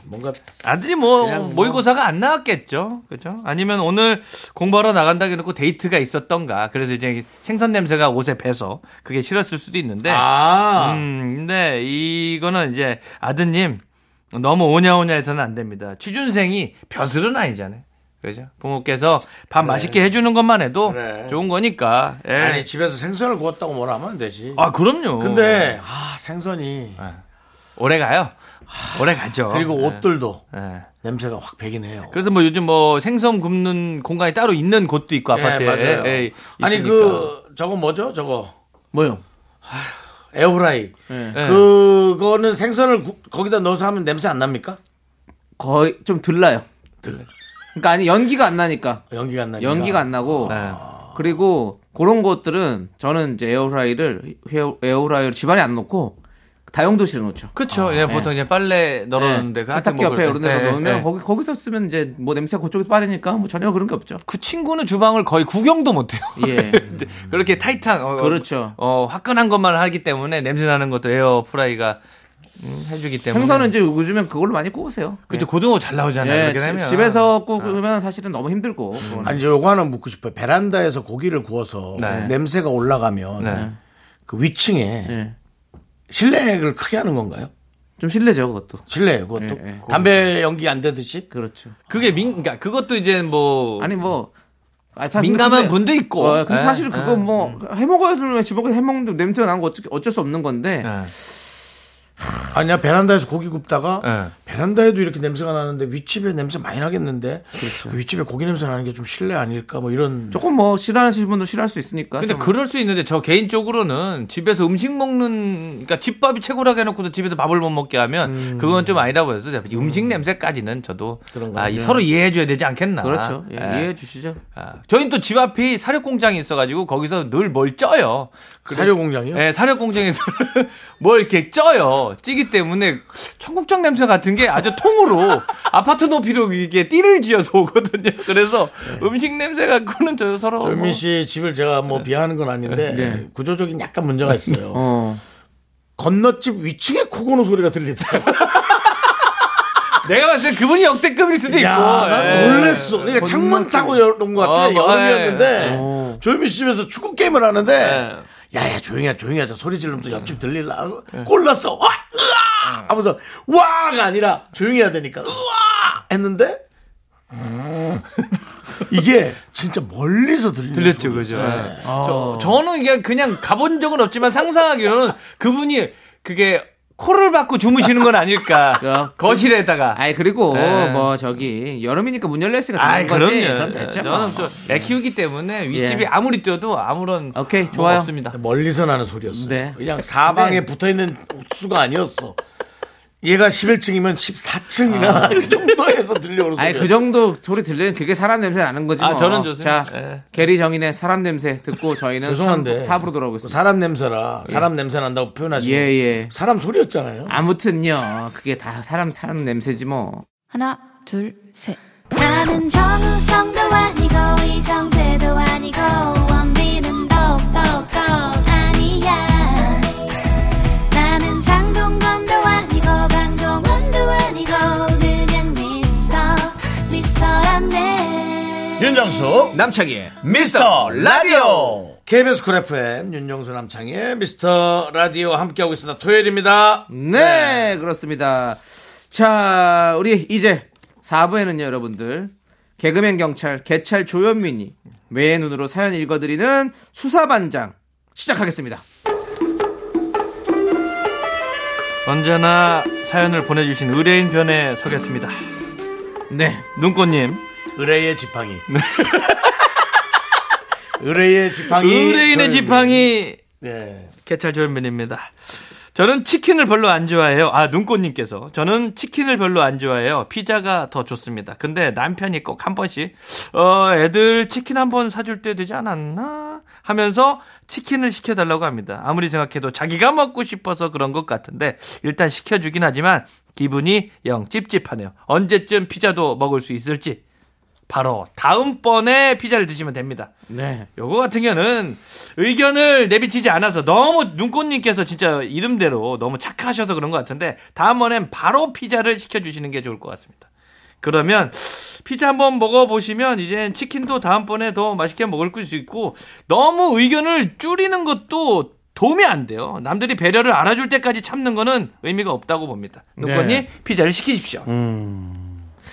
A: 뭔가
H: 아들이 뭐,
A: 그냥 뭐.
H: 모의고사가 안 나왔겠죠. 그죠? 아니면 오늘 공부하러 나간다 해놓고 데이트가 있었던가. 그래서 이제 생선 냄새가 옷에 배서 그게 싫었을 수도 있는데.
A: 아,
H: 음, 근데 이거는 이제 아드님 너무 오냐오냐 해서는 안 됩니다. 취준생이 벼슬은 아니잖아요. 그죠? 부모께서 밥 맛있게 해주는 것만 해도
A: 네. 그래.
H: 좋은 거니까. 예.
A: 네. 아니 집에서 생선을 구웠다고 뭐라 하면 안 되지.
H: 아, 그럼요.
A: 근데 아, 생선이
H: 오래 가요. 아, 오래 가죠.
A: 그리고 옷들도
H: 예. 예.
A: 냄새가 확 배긴 해요.
H: 그래서 뭐 요즘 뭐 생선 굽는 공간이 따로 있는 곳도 있고
A: 예,
H: 아파트에.
A: 맞아요.
H: 예, 예,
A: 아니
H: 있으니까.
A: 그 저거 뭐죠? 저거
I: 뭐요?
A: 에어프라이.
H: 예.
A: 그거는 생선을 구- 거기다 넣어서 하면 냄새 안 납니까?
I: 거의 좀 들라요. 그러니까 아니 연기가 안 나니까
A: 연기가 안 나니까.
I: 연기가 안 나고
H: 네.
I: 그리고 그런 것들은 저는 이제 에어프라이를 헤어- 에어프라이를 집안에 안 놓고 다용도실에 놓죠. 아,
H: 그쵸. 예, 보통 이제 빨래 널어놓는데 그 하여튼 뭐
I: 세탁기 옆에
H: 그럴
I: 이런 데서
H: 때. 예,
I: 넣으면
H: 예.
I: 거기 거기서 쓰면 이제 뭐 냄새가 그쪽에서 빠지니까 뭐 전혀 그런 게 없죠.
H: 그 친구는 주방을 거의 구경도 못해요.
I: 예.
H: *laughs* 그렇게 타이트한 어,
I: 그렇죠.
H: 어, 화끈한 것만 하기 때문에 냄새 나는 것도 에어 프라이가 음, 해주기 때문에.
I: 생선은 이제 요즘엔 그걸로 많이 구우세요.
H: 그죠 고등어 잘 나오잖아요.
I: 예,
H: 그렇게
I: 집-
H: 되면. 아. 음.
I: 집에서 구우면 사실은 너무 힘들고. 그거는.
A: 아니 저 요거 하나 묻고 싶어요. 베란다에서 고기를 구워서
H: 네.
A: 냄새가 올라가면
H: 네.
A: 그 위층에
I: 예.
A: 실내를 크게 하는 건가요?
I: 좀 실례죠 그것도.
A: 실내 그것도
I: 예, 예.
A: 담배 연기 안 되듯이
I: 그렇죠.
H: 그게 민, 그러니까 그것도 이제 뭐
I: 아니 뭐 아, 참
G: 민감한
I: 근데-
G: 분도 있고.
I: 어, 근데
G: 예,
I: 사실 그거
G: 예,
I: 뭐
H: 음.
I: 해먹어야 되는 집어서 해먹는데 냄새가 난거 어쩔, 어쩔 수 없는 건데
G: 예.
A: 아니야 베란다에서 고기 굽다가
G: 네.
I: 예.
A: 베란다에도 이렇게 냄새가 나는데 윗집에 냄새 많이 나겠는데
I: 그렇죠.
A: 그 윗집에 고기 냄새 나는 게 좀 실례 아닐까 뭐 이런
I: 조금 뭐 싫어하시는 분도 싫어할 수 있으니까.
G: 근데
I: 좀.
G: 그럴 수 있는데 저 개인적으로는 집에서 음식 먹는 그러니까 집밥이 최고라고 해놓고서 집에서 밥을 못 먹게 하면
I: 음.
G: 그건 좀 아니라고 해서 음식 냄새까지는 저도 아, 이 서로 이해해줘야 되지 않겠나.
I: 그렇죠. 예,
G: 예.
I: 이해해 주시죠.
G: 아, 저희는 또 집 앞이 사료 공장이 있어가지고 거기서 늘 뭘 쪄요.
A: 사료 공장이요?
G: 예, 사료 공장에서 *laughs* 뭘 이렇게 쪄요. 찌기 때문에 청국장 냄새 같은 게 아주 통으로 아파트 높이로 이게 띠를 지어서 오거든요. 그래서
I: 네.
G: 음식 냄새 갖고는 저 서로 뭐-
A: 조민 씨 집을 제가
G: 네.
A: 뭐 비하하는 건 아닌데 구조적인 약간 문제가 있어요.
I: 어.
A: 건너집 위층에 코 고는 소리가 들리더라고.
G: 내가 봤을 때 그분이 역대급일 수도 있고.
A: 야, 나
G: 예.
A: 놀랬어. 그러니까 창문 타고 온것 같아.
G: 어, 뭐, 어.
A: 여름이었는데 조현미 씨 집에서 축구 게임을 하는데
G: 예.
A: 야야 조용히 해 조용히 하자 소리 지르면 또 옆집 들릴라 골랐어 와
G: 예.
A: 으아 하면서 와가 아니라 조용히 해야 되니까 으아 했는데 음. 이게 진짜 멀리서 들리는
G: 들렸죠,
A: 소리.
G: 그죠. 예.
D: 어,
G: 저, 저는 이게 그냥 가본 적은 없지만 상상하기로는 그분이 그게 코를 박고 주무시는 건 아닐까.
H: *laughs*
I: 그럼.
G: 거실에다가.
I: 아이 그리고
G: 예.
I: 뭐 저기 여름이니까 문 열려 있으니까
G: 아이,
I: 되는 거지.
G: 그럼요.
I: 그럼 됐죠.
G: 저는
I: 뭐.
G: 또애 키우기 때문에 윗집이
I: 예.
G: 아무리 뛰어도 아무런
I: 오케이,
G: 뭐가
I: 좋아요.
G: 없습니다.
A: 멀리서 나는 소리였어요.
I: 네.
A: 그냥 사방에 붙어 있는 수가 아니었어. 얘가 11층이면 14층이나 그 정도에서 들려오는
I: 아. 아이
A: 소리.
I: 그 정도 소리 들리는 그게 사람 냄새 나는 거지.
G: 아,
I: 뭐.
G: 저는 좋습니다.
I: 자,
G: 예.
I: 게리 정인의 사람 냄새 듣고 저희는
A: 죄송한데
I: 3, 부로
A: 그
I: 돌아오겠습니다.
A: 사람 냄새라 사람 냄새 난다고 표현하시고
I: 예, 예.
A: 사람 소리였잖아요.
I: 아무튼요. 그게 다 사람 사람 냄새지 뭐.
E: 하나, 둘, 셋. 나는 정우성도 아니고, 이정재도 아니고, 원빈은 더욱더 아니야. 나는 장동건도 아니고, 강동원도 아니고, 그냥 미스터, 미스터란데.
A: 윤정수 남창희의 미스터 라디오 KBS 쿨 FM 윤정수 남창희의 미스터 라디오 함께하고 있습니다. 토요일입니다.
I: 네, 그렇습니다. 자, 우리 이제 4부에는요, 여러분들. 개그맨 경찰, 개찰 조현민이 외의 눈으로 사연 읽어드리는 수사반장 시작하겠습니다.
G: 언제나 사연을 보내주신 의뢰인 변에 서겠습니다.
I: 네.
G: 눈꽃님,
A: 의뢰의 지팡이. 의뢰의 지팡이.
G: 의뢰인의
A: 조현민.
G: 지팡이
A: 네.
G: 개찰 조현민입니다. 저는 치킨을 별로 안 좋아해요. 아, 눈꽃님께서. 저는 치킨을 별로 안 좋아해요. 피자가 더 좋습니다. 근데 남편이 꼭 한 번씩, 어, 애들 치킨 한 번 사줄 때 되지 않았나? 하면서 치킨을 시켜달라고 합니다. 아무리 생각해도 자기가 먹고 싶어서 그런 것 같은데, 일단 시켜주긴 하지만, 기분이 영 찝찝하네요. 언제쯤 피자도 먹을 수 있을지. 바로 다음번에 피자를 드시면 됩니다.
I: 네.
G: 요거 같은 경우는 의견을 내비치지 않아서 너무 눈꽃님께서 진짜 이름대로 너무 착하셔서 그런 것 같은데 다음번엔 바로 피자를 시켜주시는 게 좋을 것 같습니다. 그러면 피자 한번 먹어보시면 이제 치킨도 다음번에 더 맛있게 먹을 수 있고 너무 의견을 줄이는 것도 도움이 안 돼요. 남들이 배려를 알아줄 때까지 참는 거는 의미가 없다고 봅니다. 눈꽃님
I: 네.
G: 피자를 시키십시오.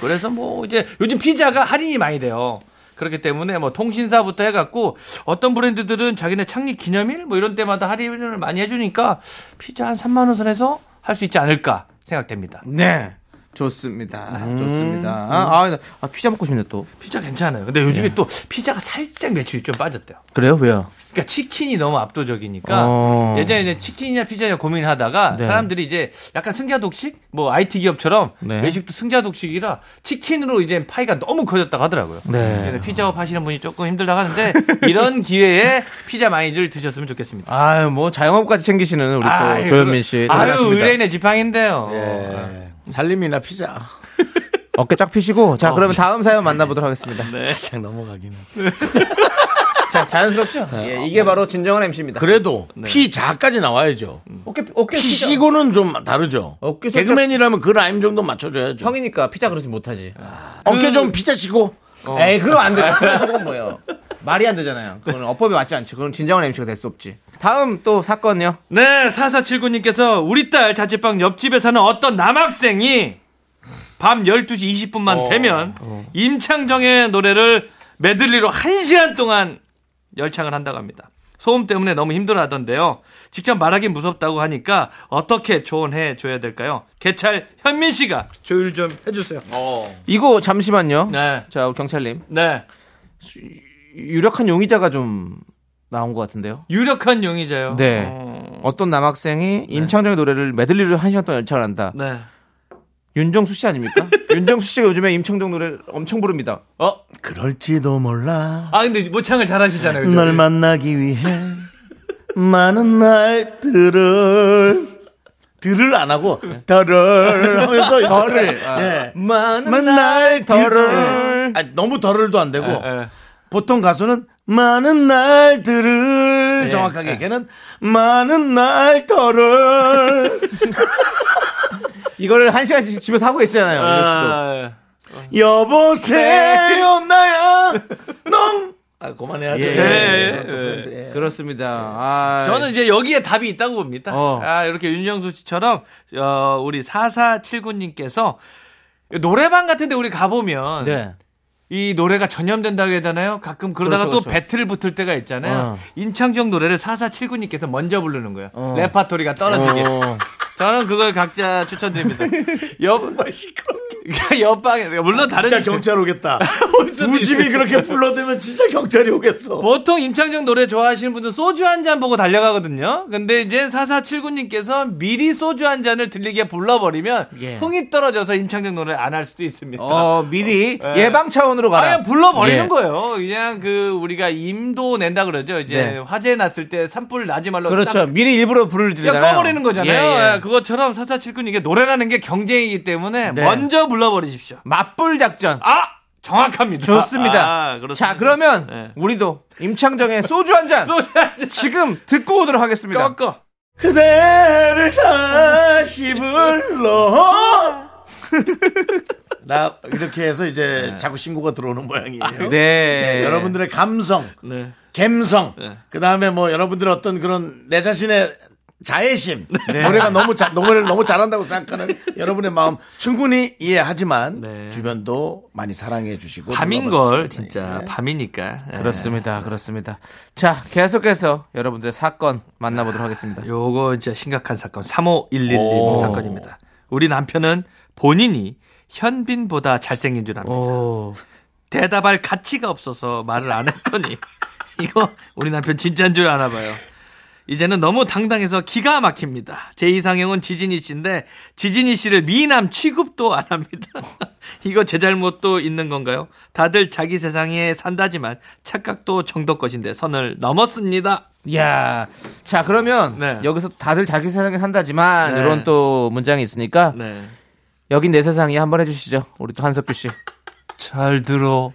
G: 그래서 뭐 이제 요즘 피자가 할인이 많이 돼요. 그렇기 때문에 뭐 통신사부터 해갖고 어떤 브랜드들은 자기네 창립 기념일 뭐 이런 때마다 할인을 많이 해주니까 피자 한 3만 원 선에서 할 수 있지 않을까 생각됩니다.
I: 네. 좋습니다. 좋습니다. 아, 아, 아, 피자 먹고 싶네, 또.
G: 피자 괜찮아요. 근데 요즘에 또 피자가 살짝 매출이 좀 빠졌대요.
I: 그래요? 왜요?
G: 그러니까 치킨이 너무 압도적이니까
I: 어.
G: 예전에 이제 치킨이냐 피자냐 고민하다가
I: 네.
G: 사람들이 이제 약간 승자독식 뭐 IT 기업처럼
I: 네.
G: 외식도 승자독식이라 치킨으로 이제 파이가 너무 커졌다고 하더라고요.
I: 네.
G: 그래서 피자업 하시는 분이 조금 힘들다고 하는데 이런 기회에 피자 많이들 드셨으면 좋겠습니다.
I: 아유, 뭐 자영업까지 챙기시는 우리 또
G: 아유,
I: 조현민 씨.
G: 아유
I: 대단하십니다.
G: 의뢰인의 지팡인데요.
A: 네. 살림이나 피자.
I: 어깨 쫙 피시고. 자, 그러면 다음 사연 만나보도록
A: *laughs*
I: 하겠습니다.
A: 살짝 넘어가기는.
I: 네.
A: *laughs*
I: 자, 자연스럽죠?
A: 네. 아,
I: 예, 이게 바로 진정한 MC입니다. 네. 음.
A: 그래도 피자까지 나와야죠.
I: 어깨, 어깨 피자.
A: 피시고는 좀 다르죠.
I: 어깨 살짝-
A: 개그맨이라면 그 라임 정도 맞춰줘야죠. 아.
I: 형이니까 피자 그러지 못하지. 그 어.
A: 어깨 좀 피자 치고.
I: 에이, 그럼 안 돼. 그건 뭐예요? 말이 안 되잖아요. 그건 어법에 맞지 않지. 그건 진정한 MC가 될 수 없지. 다음 또 사건요.
G: 네, 4479님께서 우리 딸 자취방 옆집에 사는 어떤 어. 남학생이 밤 12시 20분만 되면 임창정의 노래를 메들리로 1시간 동안 열창을 한다고 합니다. 소음 때문에 너무 힘들어하던데요. 직접 말하기 무섭다고 하니까 어떻게 조언해 줘야 될까요? 개찰 현민 씨가 조율 좀 해주세요.
I: 이거 잠시만요.
G: 네,
I: 자, 우리 경찰님.
G: 네.
I: 유력한 용의자가 좀 나온 것 같은데요.
G: 유력한 용의자요.
I: 네.
G: 어,
I: 어떤 남학생이 임창정의 노래를 메들리로 한 시간 동안 열창을 한다.
G: 네.
I: 윤정수 씨 아닙니까? 윤정수 씨가 요즘에 임창정 노래를 엄청 부릅니다.
G: 어,
A: 그럴지도 몰라.
G: 아 근데 모창을 잘하시잖아요. 그죠?
A: 널 만나기 위해 많은 날들을 들을 안 하고 덜을 하면서 이제
I: 네. 덜을, 아.
A: 예.
I: 많은
A: 많은 날
I: 덜을. 네,
A: 덜을 너무 덜을도 안 되고
G: 예.
A: 보통 가수는 많은 날들을
I: 예.
A: 정확하게 걔는 많은 날 덜을
I: *laughs* 이거를 한 시간씩 집에서 하고 계시잖아요. 윤정수 씨도.
G: 아,
A: 여보세요 *laughs* 나야 넌 네. 아, 그만해야죠.
I: 예.
A: 예.
G: 예,
A: 또
G: 예.
A: 브랜드, 예.
I: 그렇습니다. 아,
G: 저는 이제 여기에 답이 있다고 봅니다.
I: 어.
G: 아, 이렇게 윤정수 씨처럼 어, 우리 4479님께서 노래방 같은데 우리 가보면
I: 네.
G: 이 노래가 전염된다고 해야 되나요? 가끔 그러다가
I: 그렇죠,
G: 또
I: 그렇죠.
G: 배틀 붙을 때가 있잖아요.
I: 어.
G: 임창정 노래를 4479님께서 먼저 부르는 거예요. 레파토리가 떨어지게.
I: 어.
G: 저는 그걸 각자
I: *laughs*
G: 추천드립니다. 옆, 시끄럽게. *laughs* 옆방에, 물론 다른
A: 진짜
G: 집-
A: 경찰 오겠다.
G: 올 수도
A: 두 집이
G: 있어요. 뭐-
A: 그렇게 불러대면 진짜 경찰이 오겠어.
G: 보통 임창정 노래 좋아하시는 분들 소주 한 잔 보고 달려가거든요. 근데 이제 4479님께서 미리 소주 한 잔을 들리게 불러버리면
I: 예.
G: 흥이 떨어져서 임창정 노래를 안 할 수도 있습니다.
I: 어, 미리
G: 어, 예.
I: 예방 차원으로 가라.
G: 아예 불러버리는
I: 예.
G: 거예요. 그냥 그 우리가 임도 낸다 그러죠. 이제
I: 네.
G: 화재 났을 때 산불 나지 말라고
I: 그렇죠. 미리 일부러 불을
G: 딱
I: 지르잖아요.
G: 꺼버리는 거잖아요.
I: 예, 예.
G: 예, 그것처럼 4479님 이게 노래라는 게 경쟁이기 때문에
I: 네.
G: 먼저 불러버리십시오.
I: 맞불 작전.
G: 아 정확합니다.
I: 좋습니다.
G: 아, 그렇습니다.
I: 자, 그러면
G: 네.
I: 우리도 임창정의 소주 한 잔.
G: *laughs* 소주 한 잔.
I: 지금 듣고 오도록 하겠습니다.
G: 꺾어.
A: 그대를 다시 불러. 나 이렇게 해서 이제 자꾸 신고가 들어오는 모양이에요.
I: 네.
A: 네, 여러분들의 감성,
G: 네.
A: 감성, 그 다음에 뭐 여러분들의 어떤 그런 내 자신의 자애심,
G: 네.
A: 네. 노래가 너무 자, 노래를 너무 잘한다고 생각하는 여러분의 마음 충분히 이해하지만
G: 네.
A: 주변도 많이 사랑해 주시고 네.
G: 밤인
A: 놀러봐
G: 걸
A: 주시기
G: 진짜
A: 바랍니다.
G: 밤이니까. 예.
I: 그렇습니다. 그렇습니다. 자, 계속해서 여러분들의 사건 만나보도록 하겠습니다.
G: 요거 진짜 심각한 사건. 35111
I: 오.
G: 사건입니다. 우리 남편은 본인이 현빈보다 잘생긴 줄 압니다.
I: 오.
G: 대답할 가치가 없어서 말을 안 했더니 *laughs* 이거 우리 남편 진짜인 줄 아나 봐요. 이제는 너무 당당해서 기가 막힙니다. 제 이상형은 지진이 씨인데 지진이 씨를 미남 취급도 안 합니다. *laughs* 이거 제 잘못도 있는 건가요? 다들 자기 세상에 산다지만 착각도 정도 것인데 선을 넘었습니다.
I: 야. 자, 그러면
G: 네.
I: 여기서 다들 자기 세상에 산다지만
G: 네.
I: 이런 또 문장이 있으니까
G: 네.
I: 여긴 내 세상이 한번 해 주시죠. 우리 또 한석규 씨.
G: 어, 잘 들어.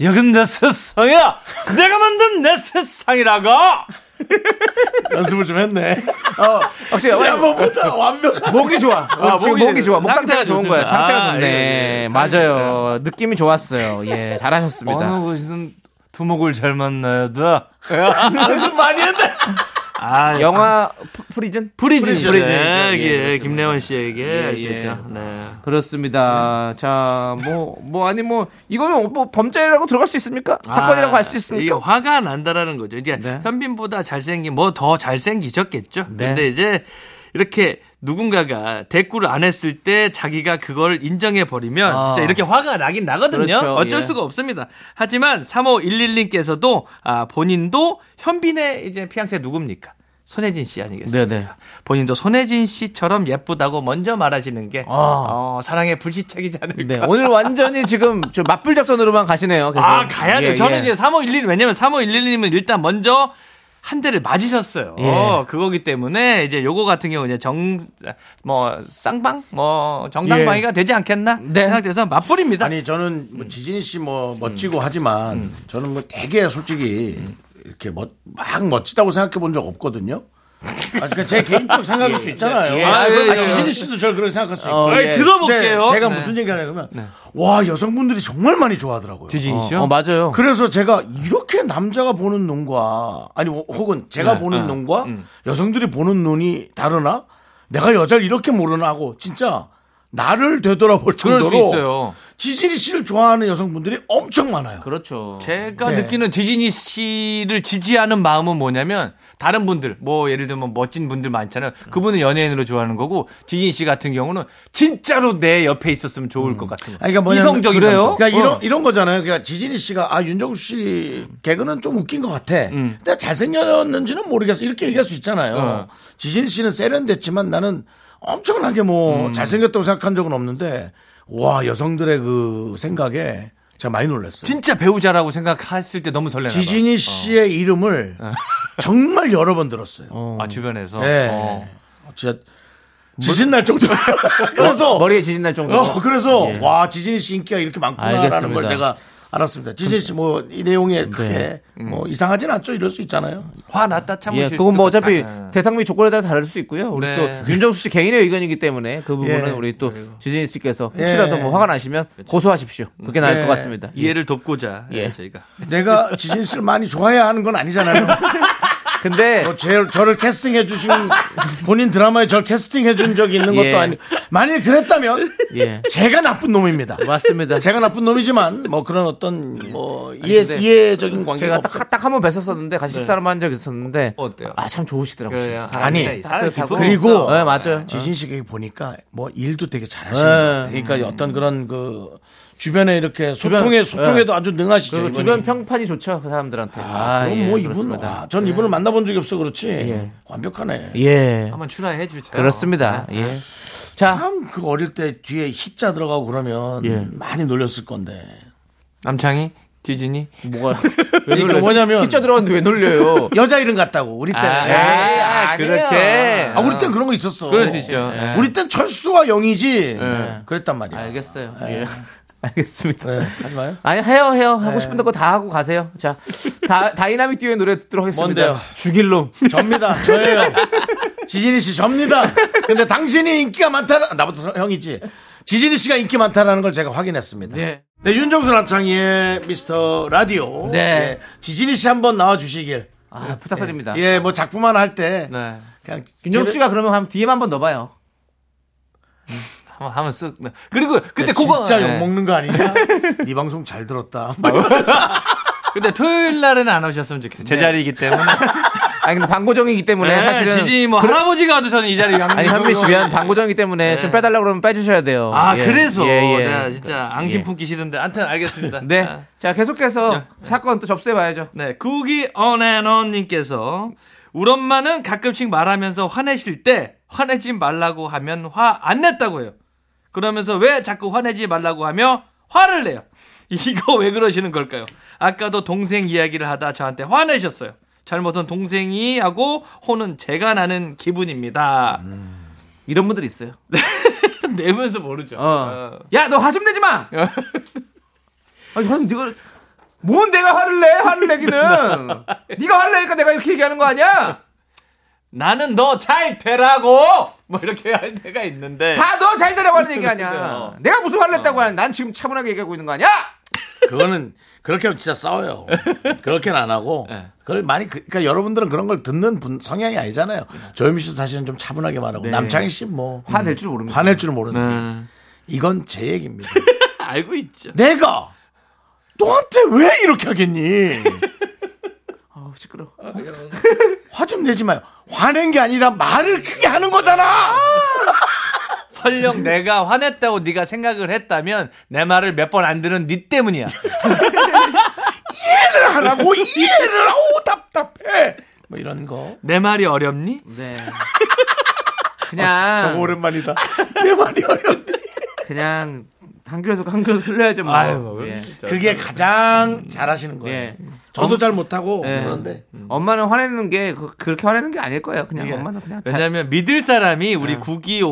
G: 여긴 내 세상이야. 내가 만든 내 세상이라고.
A: 연습을 좀 했네.
I: 어, 확실히
A: 지난번보다 완벽한.
I: 목이 좋아. 아, 목이,
G: 목이
I: 목이 좋아. 목 상태가
G: 상태가
I: 좋은
G: 좋습니다.
I: 거야. 상태가
G: 아,
I: 좋네.
G: 예, 예.
I: 맞아요. 느낌이 좋았어요. 예, 잘하셨습니다.
G: 곳이든 두목을 잘 만나야 돼.
A: 연습 많이 했네.
G: 아,
I: 영화 프- 프리즌?
G: 프리즌.
I: 프리즌.
G: 프리즌.
I: 예,
G: 이게
I: 그렇습니다.
G: 김래원 씨에게 네.
I: 예.
G: 알겠죠. 네.
I: 그렇습니다. 자, 뭐, 뭐, 아니, 뭐, 이거는 뭐 범죄라고 들어갈 수 있습니까? 사건이라고 할 수
G: 아, 이게
I: 있습니까?
G: 화가 난다라는 거죠. 이제
I: 네.
G: 현빈보다 잘생긴 뭐 더 잘생기셨겠죠.
I: 네.
G: 근데 이제 이렇게 누군가가 대꾸를 안 했을 때 자기가 그걸 인정해 버리면
I: 아.
G: 진짜 이렇게 화가 나긴 나거든요.
I: 그렇죠.
G: 어쩔
I: 예.
G: 수가 없습니다. 하지만 3511님께서도 아, 본인도 현빈의 이제 피앙세 누굽니까? 손혜진 씨 아니겠습니까?
I: 네네.
G: 본인도 손혜진 씨처럼 예쁘다고 먼저 말하시는 게 어, 사랑의 불시착이지 않을까.
I: 아. 네, 오늘 완전히 지금 저 맞불 작전으로만 가시네요. 계속.
G: 아, 가야 돼.
I: 예,
G: 요 저는
I: 예.
G: 이제 3511, 왜냐면 3511님은 일단 먼저 한 대를 맞으셨어요.
I: 예.
G: 어, 그거기 때문에 이제 요거 같은 경우 이제 정, 뭐, 쌍방? 뭐, 정당방위가 되지 않겠나?
I: 네.
G: 생각돼서 맞불입니다.
A: 예. 아니 저는 뭐 지진이 씨 뭐 멋지고 하지만 저는 뭐 되게 솔직히 이렇게 멋, 막 멋지다고 생각해 본 적 없거든요. 아, 그러니까 제
G: *laughs*
A: 개인적 생각일 수 있잖아요.
I: 예.
A: 아,
G: 아, 예,
A: 아,
G: 예.
A: 지진이 씨도 저를 그렇게 생각할 수 있고.
I: 어,
G: 아니,
I: 예.
G: 들어볼게요.
A: 근데 제가
G: 네.
A: 무슨 얘기 하냐면 와 여성분들이 정말 많이 좋아하더라고요.
G: 지진 씨요?
I: 어, 맞아요.
A: 그래서 제가 이렇게 남자가 보는 눈과 아니 뭐, 혹은 제가
G: 네.
A: 보는 눈과
G: 음.
A: 여성들이 보는 눈이 다르나 내가 여자를 이렇게 모르나 하고 진짜 나를 되돌아볼
G: 그럴 수
A: 정도로
G: 있어요.
A: 지진이 씨를 좋아하는 여성분들이 엄청 많아요.
I: 그렇죠.
G: 제가
A: 네.
G: 그러니까 느끼는 지진이 씨를 지지하는 마음은 뭐냐면 다른 분들 뭐 예를 들면 멋진 분들 많잖아요. 그분은 연예인으로 좋아하는 거고 지진 씨 같은 경우는 진짜로 내 옆에 있었으면 좋을 것 같은 거.
A: 아니, 그러니까 뭐냐면-
G: 이성적인
I: 그래요?
G: 감정.
A: 그러니까
G: 어.
A: 이런 이런 거잖아요. 그러니까 지진이 씨가 아 윤정수 씨 개그는 좀 웃긴 것 같아.
G: 음.
A: 근데 잘생겼는지는 모르겠어. 이렇게 얘기할 수 있잖아요.
G: 어.
A: 지진이 씨는 세련됐지만 나는 엄청나게
G: 음.
A: 뭐 잘생겼다고 생각한 적은 없는데 와 여성들의 그 생각에 제가 많이 놀랐어요.
G: 진짜 어. 배우자라고 생각했을 때 너무 설레나 봐.
A: 지진이 씨의 이름을
G: 어.
A: 정말 여러 번 들었어요.
G: 아 주변에서.
A: 네.
G: 어.
A: 진짜 지진 날
G: *laughs*
A: 정도. 그래서
I: 머리에 지진 날 정도.
A: 어, 그래서 와 지진 씨 인기가 이렇게 많구나라는
I: 예. 알겠습니다. 네.
A: 걸 제가 알았습니다. 지진 씨 뭐 이 내용에 그렇게
I: 음.
A: 뭐 이상하진 않죠. 이럴 수 있잖아요.
G: 화났다 참으실
I: 예, 그건 뭐
G: 것 같다.
I: 어차피
G: 예.
I: 대상 및 조건에 따라 다를 수 있고요. 우리
G: 네.
I: 또 윤정수 씨 개인의 의견이기 때문에 그 부분은
A: 예.
I: 우리 또 지진 씨께서
A: 예.
I: 혹시라도 뭐 화가 나시면 고소하십시오. 그게 나을
A: 예.
I: 것 같습니다.
G: 이해를 돕고자 예,
I: 예.
G: 저희가.
A: 내가 지진 씨를 많이 좋아해야 하는 건 아니잖아요.
I: 근데
A: 뭐 제, 저를 캐스팅해 주신 본인 드라마에 저를 캐스팅해 준 적이 있는 것도
I: 예.
A: 아니. 만일 그랬다면
I: 예.
A: 제가 나쁜 놈입니다.
I: 맞습니다.
A: 제가 나쁜 놈이지만 뭐 그런 어떤 뭐 이해 이해적인 관계가
I: 제가
A: 없어.
I: 딱 한 번 뵀었었는데 같이 식사를 한 적 있었는데
G: 네. 어때요? 네.
I: 아 참 좋으시더라고요. 진짜.
A: 아니
G: 사람이 기분
A: 그리고
I: 네, 맞아요.
A: 지진 씨가 보니까 뭐 일도 되게 잘하시는 것
I: 네.
A: 같아요. 그러니까 어떤 그런 그 주변에 이렇게
I: 주변, 네.
A: 소통에 소통에도 아주 능하시죠.
I: 그리고
A: 이분이.
I: 주변 평판이 좋죠 그 사람들한테. 아,
A: 그럼
I: 예,
A: 뭐 이분
I: 그렇습니다.
A: 아, 전 이분을 만나본 적이 없어 그렇지 완벽하네.
I: 예
G: 한번 출하해 주세요.
I: 그렇습니다. 예. 자
A: 참 그 어릴 때 뒤에 히자 들어가고 그러면
I: 예.
A: 많이 놀렸을 건데.
G: 남창희 지진이
I: 뭐가
A: 그러니까 뭐냐면-
I: 피쳐 들어갔는데 왜 놀려요?
A: *laughs* 여자 이름 같다고 우리 때는. 아,
I: 에이, 네. 아니에요.
G: 그렇게.
A: 우리 땐 그런 거 있었어.
G: 그럴 수 있죠. 예.
A: 우리 땐 철수와 영이지. 그랬단 말이야.
I: 예. 알겠어요. 예. *laughs* 알겠습니다.
A: 네, 하지 마요.
I: 아니 해요 해요
G: 네.
I: 하고 싶은 거 다 하고 가세요. 자
G: *laughs*
I: 다, 다이나믹 듀오의 노래 듣도록 하겠습니다.
A: 뭔데요?
I: 죽일 *laughs* 놈.
A: 접니다. 저예요. 지진이 씨 접니다. 근데 당신이 인기가 많다는 나부터 형이지. 지진이 씨가 인기 많다는 걸 제가 확인했습니다.
I: 네.
A: 네, 윤정수 남창희의 미스터 라디오.
I: 네.
A: 예, 지진이 씨 한번 나와 주시길.
I: 아 부탁드립니다.
A: 예, 뭐 작품 하나 할 때.
G: 네.
A: 그냥
I: 윤정수 씨가 그러면 한번 뒤에 한번 넣어봐요.
G: 음. 한번 한번 쓱. 네. 그리고 근데
A: 근데
G: 그거
A: 진짜
G: 예.
A: 욕먹는 거 아니냐? 네 방송 잘
I: *laughs*
A: 들었다. 뭐
G: 근데 토요일 날에는 안 오셨으면 좋겠어요. 제 자리이기 때문에.
I: 아니 근데 방고정이기 때문에
G: *laughs* 네,
I: 사실은
G: 지진이 뭐 할아버지가 와도 저는 이 자리에
I: 아니 현민 씨 미안 방고정이기 때문에 좀 빼달라고 그러면 빼주셔야 돼요.
G: 네. 아
I: 예.
G: 그래서
I: 예, 예.
G: 네, 진짜 앙심 품기 싫은데 아무튼 알겠습니다.
I: 네.
G: 아.
I: 자 계속해서 사건 또 접수해봐야죠.
G: 네, 구기 언앤언님께서 우리 엄마는 가끔씩 말하면서 화내실 때 화내지 말라고 하면 화 안 냈다고 해요. 그러면서 왜 자꾸 화내지 말라고 하며 화를 내요. *laughs* 이거 왜 그러시는 걸까요? 아까도 동생 이야기를 하다 저한테 화내셨어요. 잘못은 동생이 하고 혼은 제가 나는 기분입니다.
I: 음. 이런 분들 있어요.
G: *laughs* 내면서 모르죠.
I: 어. 야, 너 화 좀 내지 마. 아니, 화좀 네가 뭔 내가 화를 내? 화를
G: *laughs*
I: 내기는. 네가 화를 내니까 내가 이렇게 얘기하는 거 아니야?
G: *laughs* 나는 너 잘 되라고 뭐 이렇게 할 때가 있는데
I: 다 너 잘 되라고 하는 얘기 아니야.
G: 어.
I: 내가 무슨 화를 냈다고 하는? 난 지금 차분하게 얘기하고 있는 거 아니야?
A: 그거는 그렇게 하면 진짜 싸워요. 그렇게는 안 하고 그걸 많이 그- 그러니까 여러분들은 그런 걸 듣는 분 성향이 아니잖아요. 조현미 씨는 사실은 좀 차분하게 말하고 남창희 씨뭐
I: 화낼 줄 모릅니다.
A: 화낼 줄 모르는 데 이건 제 얘기입니다. *laughs*
G: 알고 있죠.
A: 내가 너한테 왜 이렇게
I: *laughs*
A: 하겠니?
I: 어, 시끄러.
A: *laughs* 화 좀 내지 마요. 화낸 게 아니라 말을 크게 하는 거잖아.
G: 설령 내가 화냈다고 네가 생각을 했다면 내 말을 몇 번 안 들은 네 때문이야.
A: 이해를 안 하고 이해를 하고 답답해. 뭐 이런 거.
G: 내 말이 어렵니?
I: 네. 그냥 아.
A: 저거 오랜만이다. 내 말이 어렵네.
I: 그냥 한 그릇 한 그릇 흘려야죠 뭐.
G: 아유,
I: 예.
A: 그게
G: 음.
A: 가장 잘하시는 거예요.
I: 예.
G: 어?
A: 저도 잘 못하고
I: 예.
A: 그런데
I: 엄마는 화내는 게 그, 그렇게 화내는 게 아닐 거예요. 그냥 엄마는 그냥 자-
G: 왜냐하면 믿을 사람이 우리 구기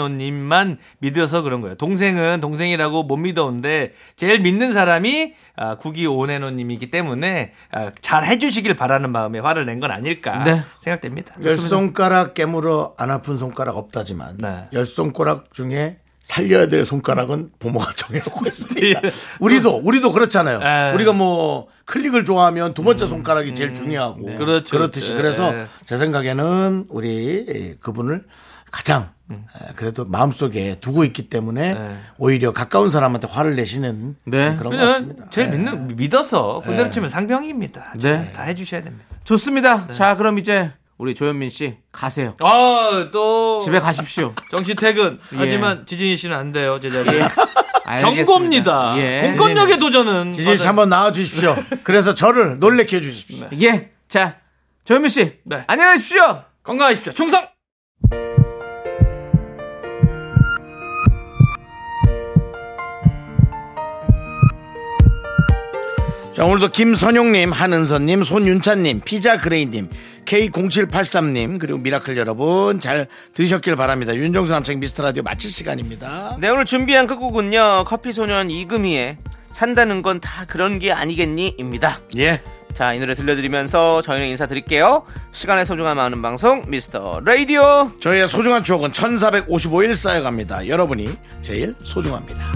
G: 온앤온님만 믿어서 그런 거예요. 동생은 동생이라고 못 믿어온데 제일 믿는 사람이 아, 구기 온앤온님이기 때문에 아, 잘 해주시길 바라는 마음에 화를 낸 건 아닐까
I: 네.
G: 생각됩니다.
A: 열 손가락 깨물어 안 아픈 손가락 없다지만
G: 네.
A: 열 손가락 중에 살려야 될 손가락은 부모가 *laughs* 정해놓고 있습니다.
G: 예.
A: 우리도 우리도 그렇잖아요.
G: 에.
A: 우리가 뭐 클릭을 좋아하면 두 번째 손가락이 제일 중요하고
G: 음. 네. 그렇죠.
A: 그렇듯이
G: 에.
A: 그래서 제 생각에는 우리 그분을 가장 에, 그래도 마음속에 두고 있기 때문에
G: 음. 네.
A: 오히려 가까운 사람한테 화를 내시는
B: 네.
A: 그런 것
G: 그냥
A: 같습니다.
G: 제일
A: 네.
G: 믿는 믿어서 그대로 치면 상병입니다.
B: 네.
G: 다 해주셔야 됩니다. 네.
B: 좋습니다. 자, 그럼 이제 우리 조현민 씨 가세요.
G: 아또
B: 집에 가십시오.
G: 정시 퇴근.
B: 예.
G: 하지만 지진이 씨는 안 돼요 제자리.
B: 알겠습니다.
G: 경고입니다.
B: 예.
G: 공권력의 도전은
A: 지진 씨 한번 나와 주십시오. 그래서 저를 놀래켜 주십시오.
I: 네.
B: 예. 자, 조현민 씨.
G: 네.
B: 안녕하십시오.
G: 건강하십시오. 충성.
A: 자, 오늘도 김선용님, 한은선님, 손윤찬님, 피자그레이님, K0783님, 그리고 미라클 여러분 잘 들으셨길 바랍니다. 윤정수 남창 미스터 라디오 마칠 시간입니다.
B: 네 오늘 준비한 끝곡은요 커피소년 이금희의 산다는 건 다 그런 게 아니겠니입니다
A: 예.
B: 자 이 노래 들려드리면서 저희는 인사드릴게요 시간의 소중함 아는 방송 미스터 라디오
A: 저희의 소중한 추억은 1455일 쌓여갑니다. 여러분이 제일 소중합니다.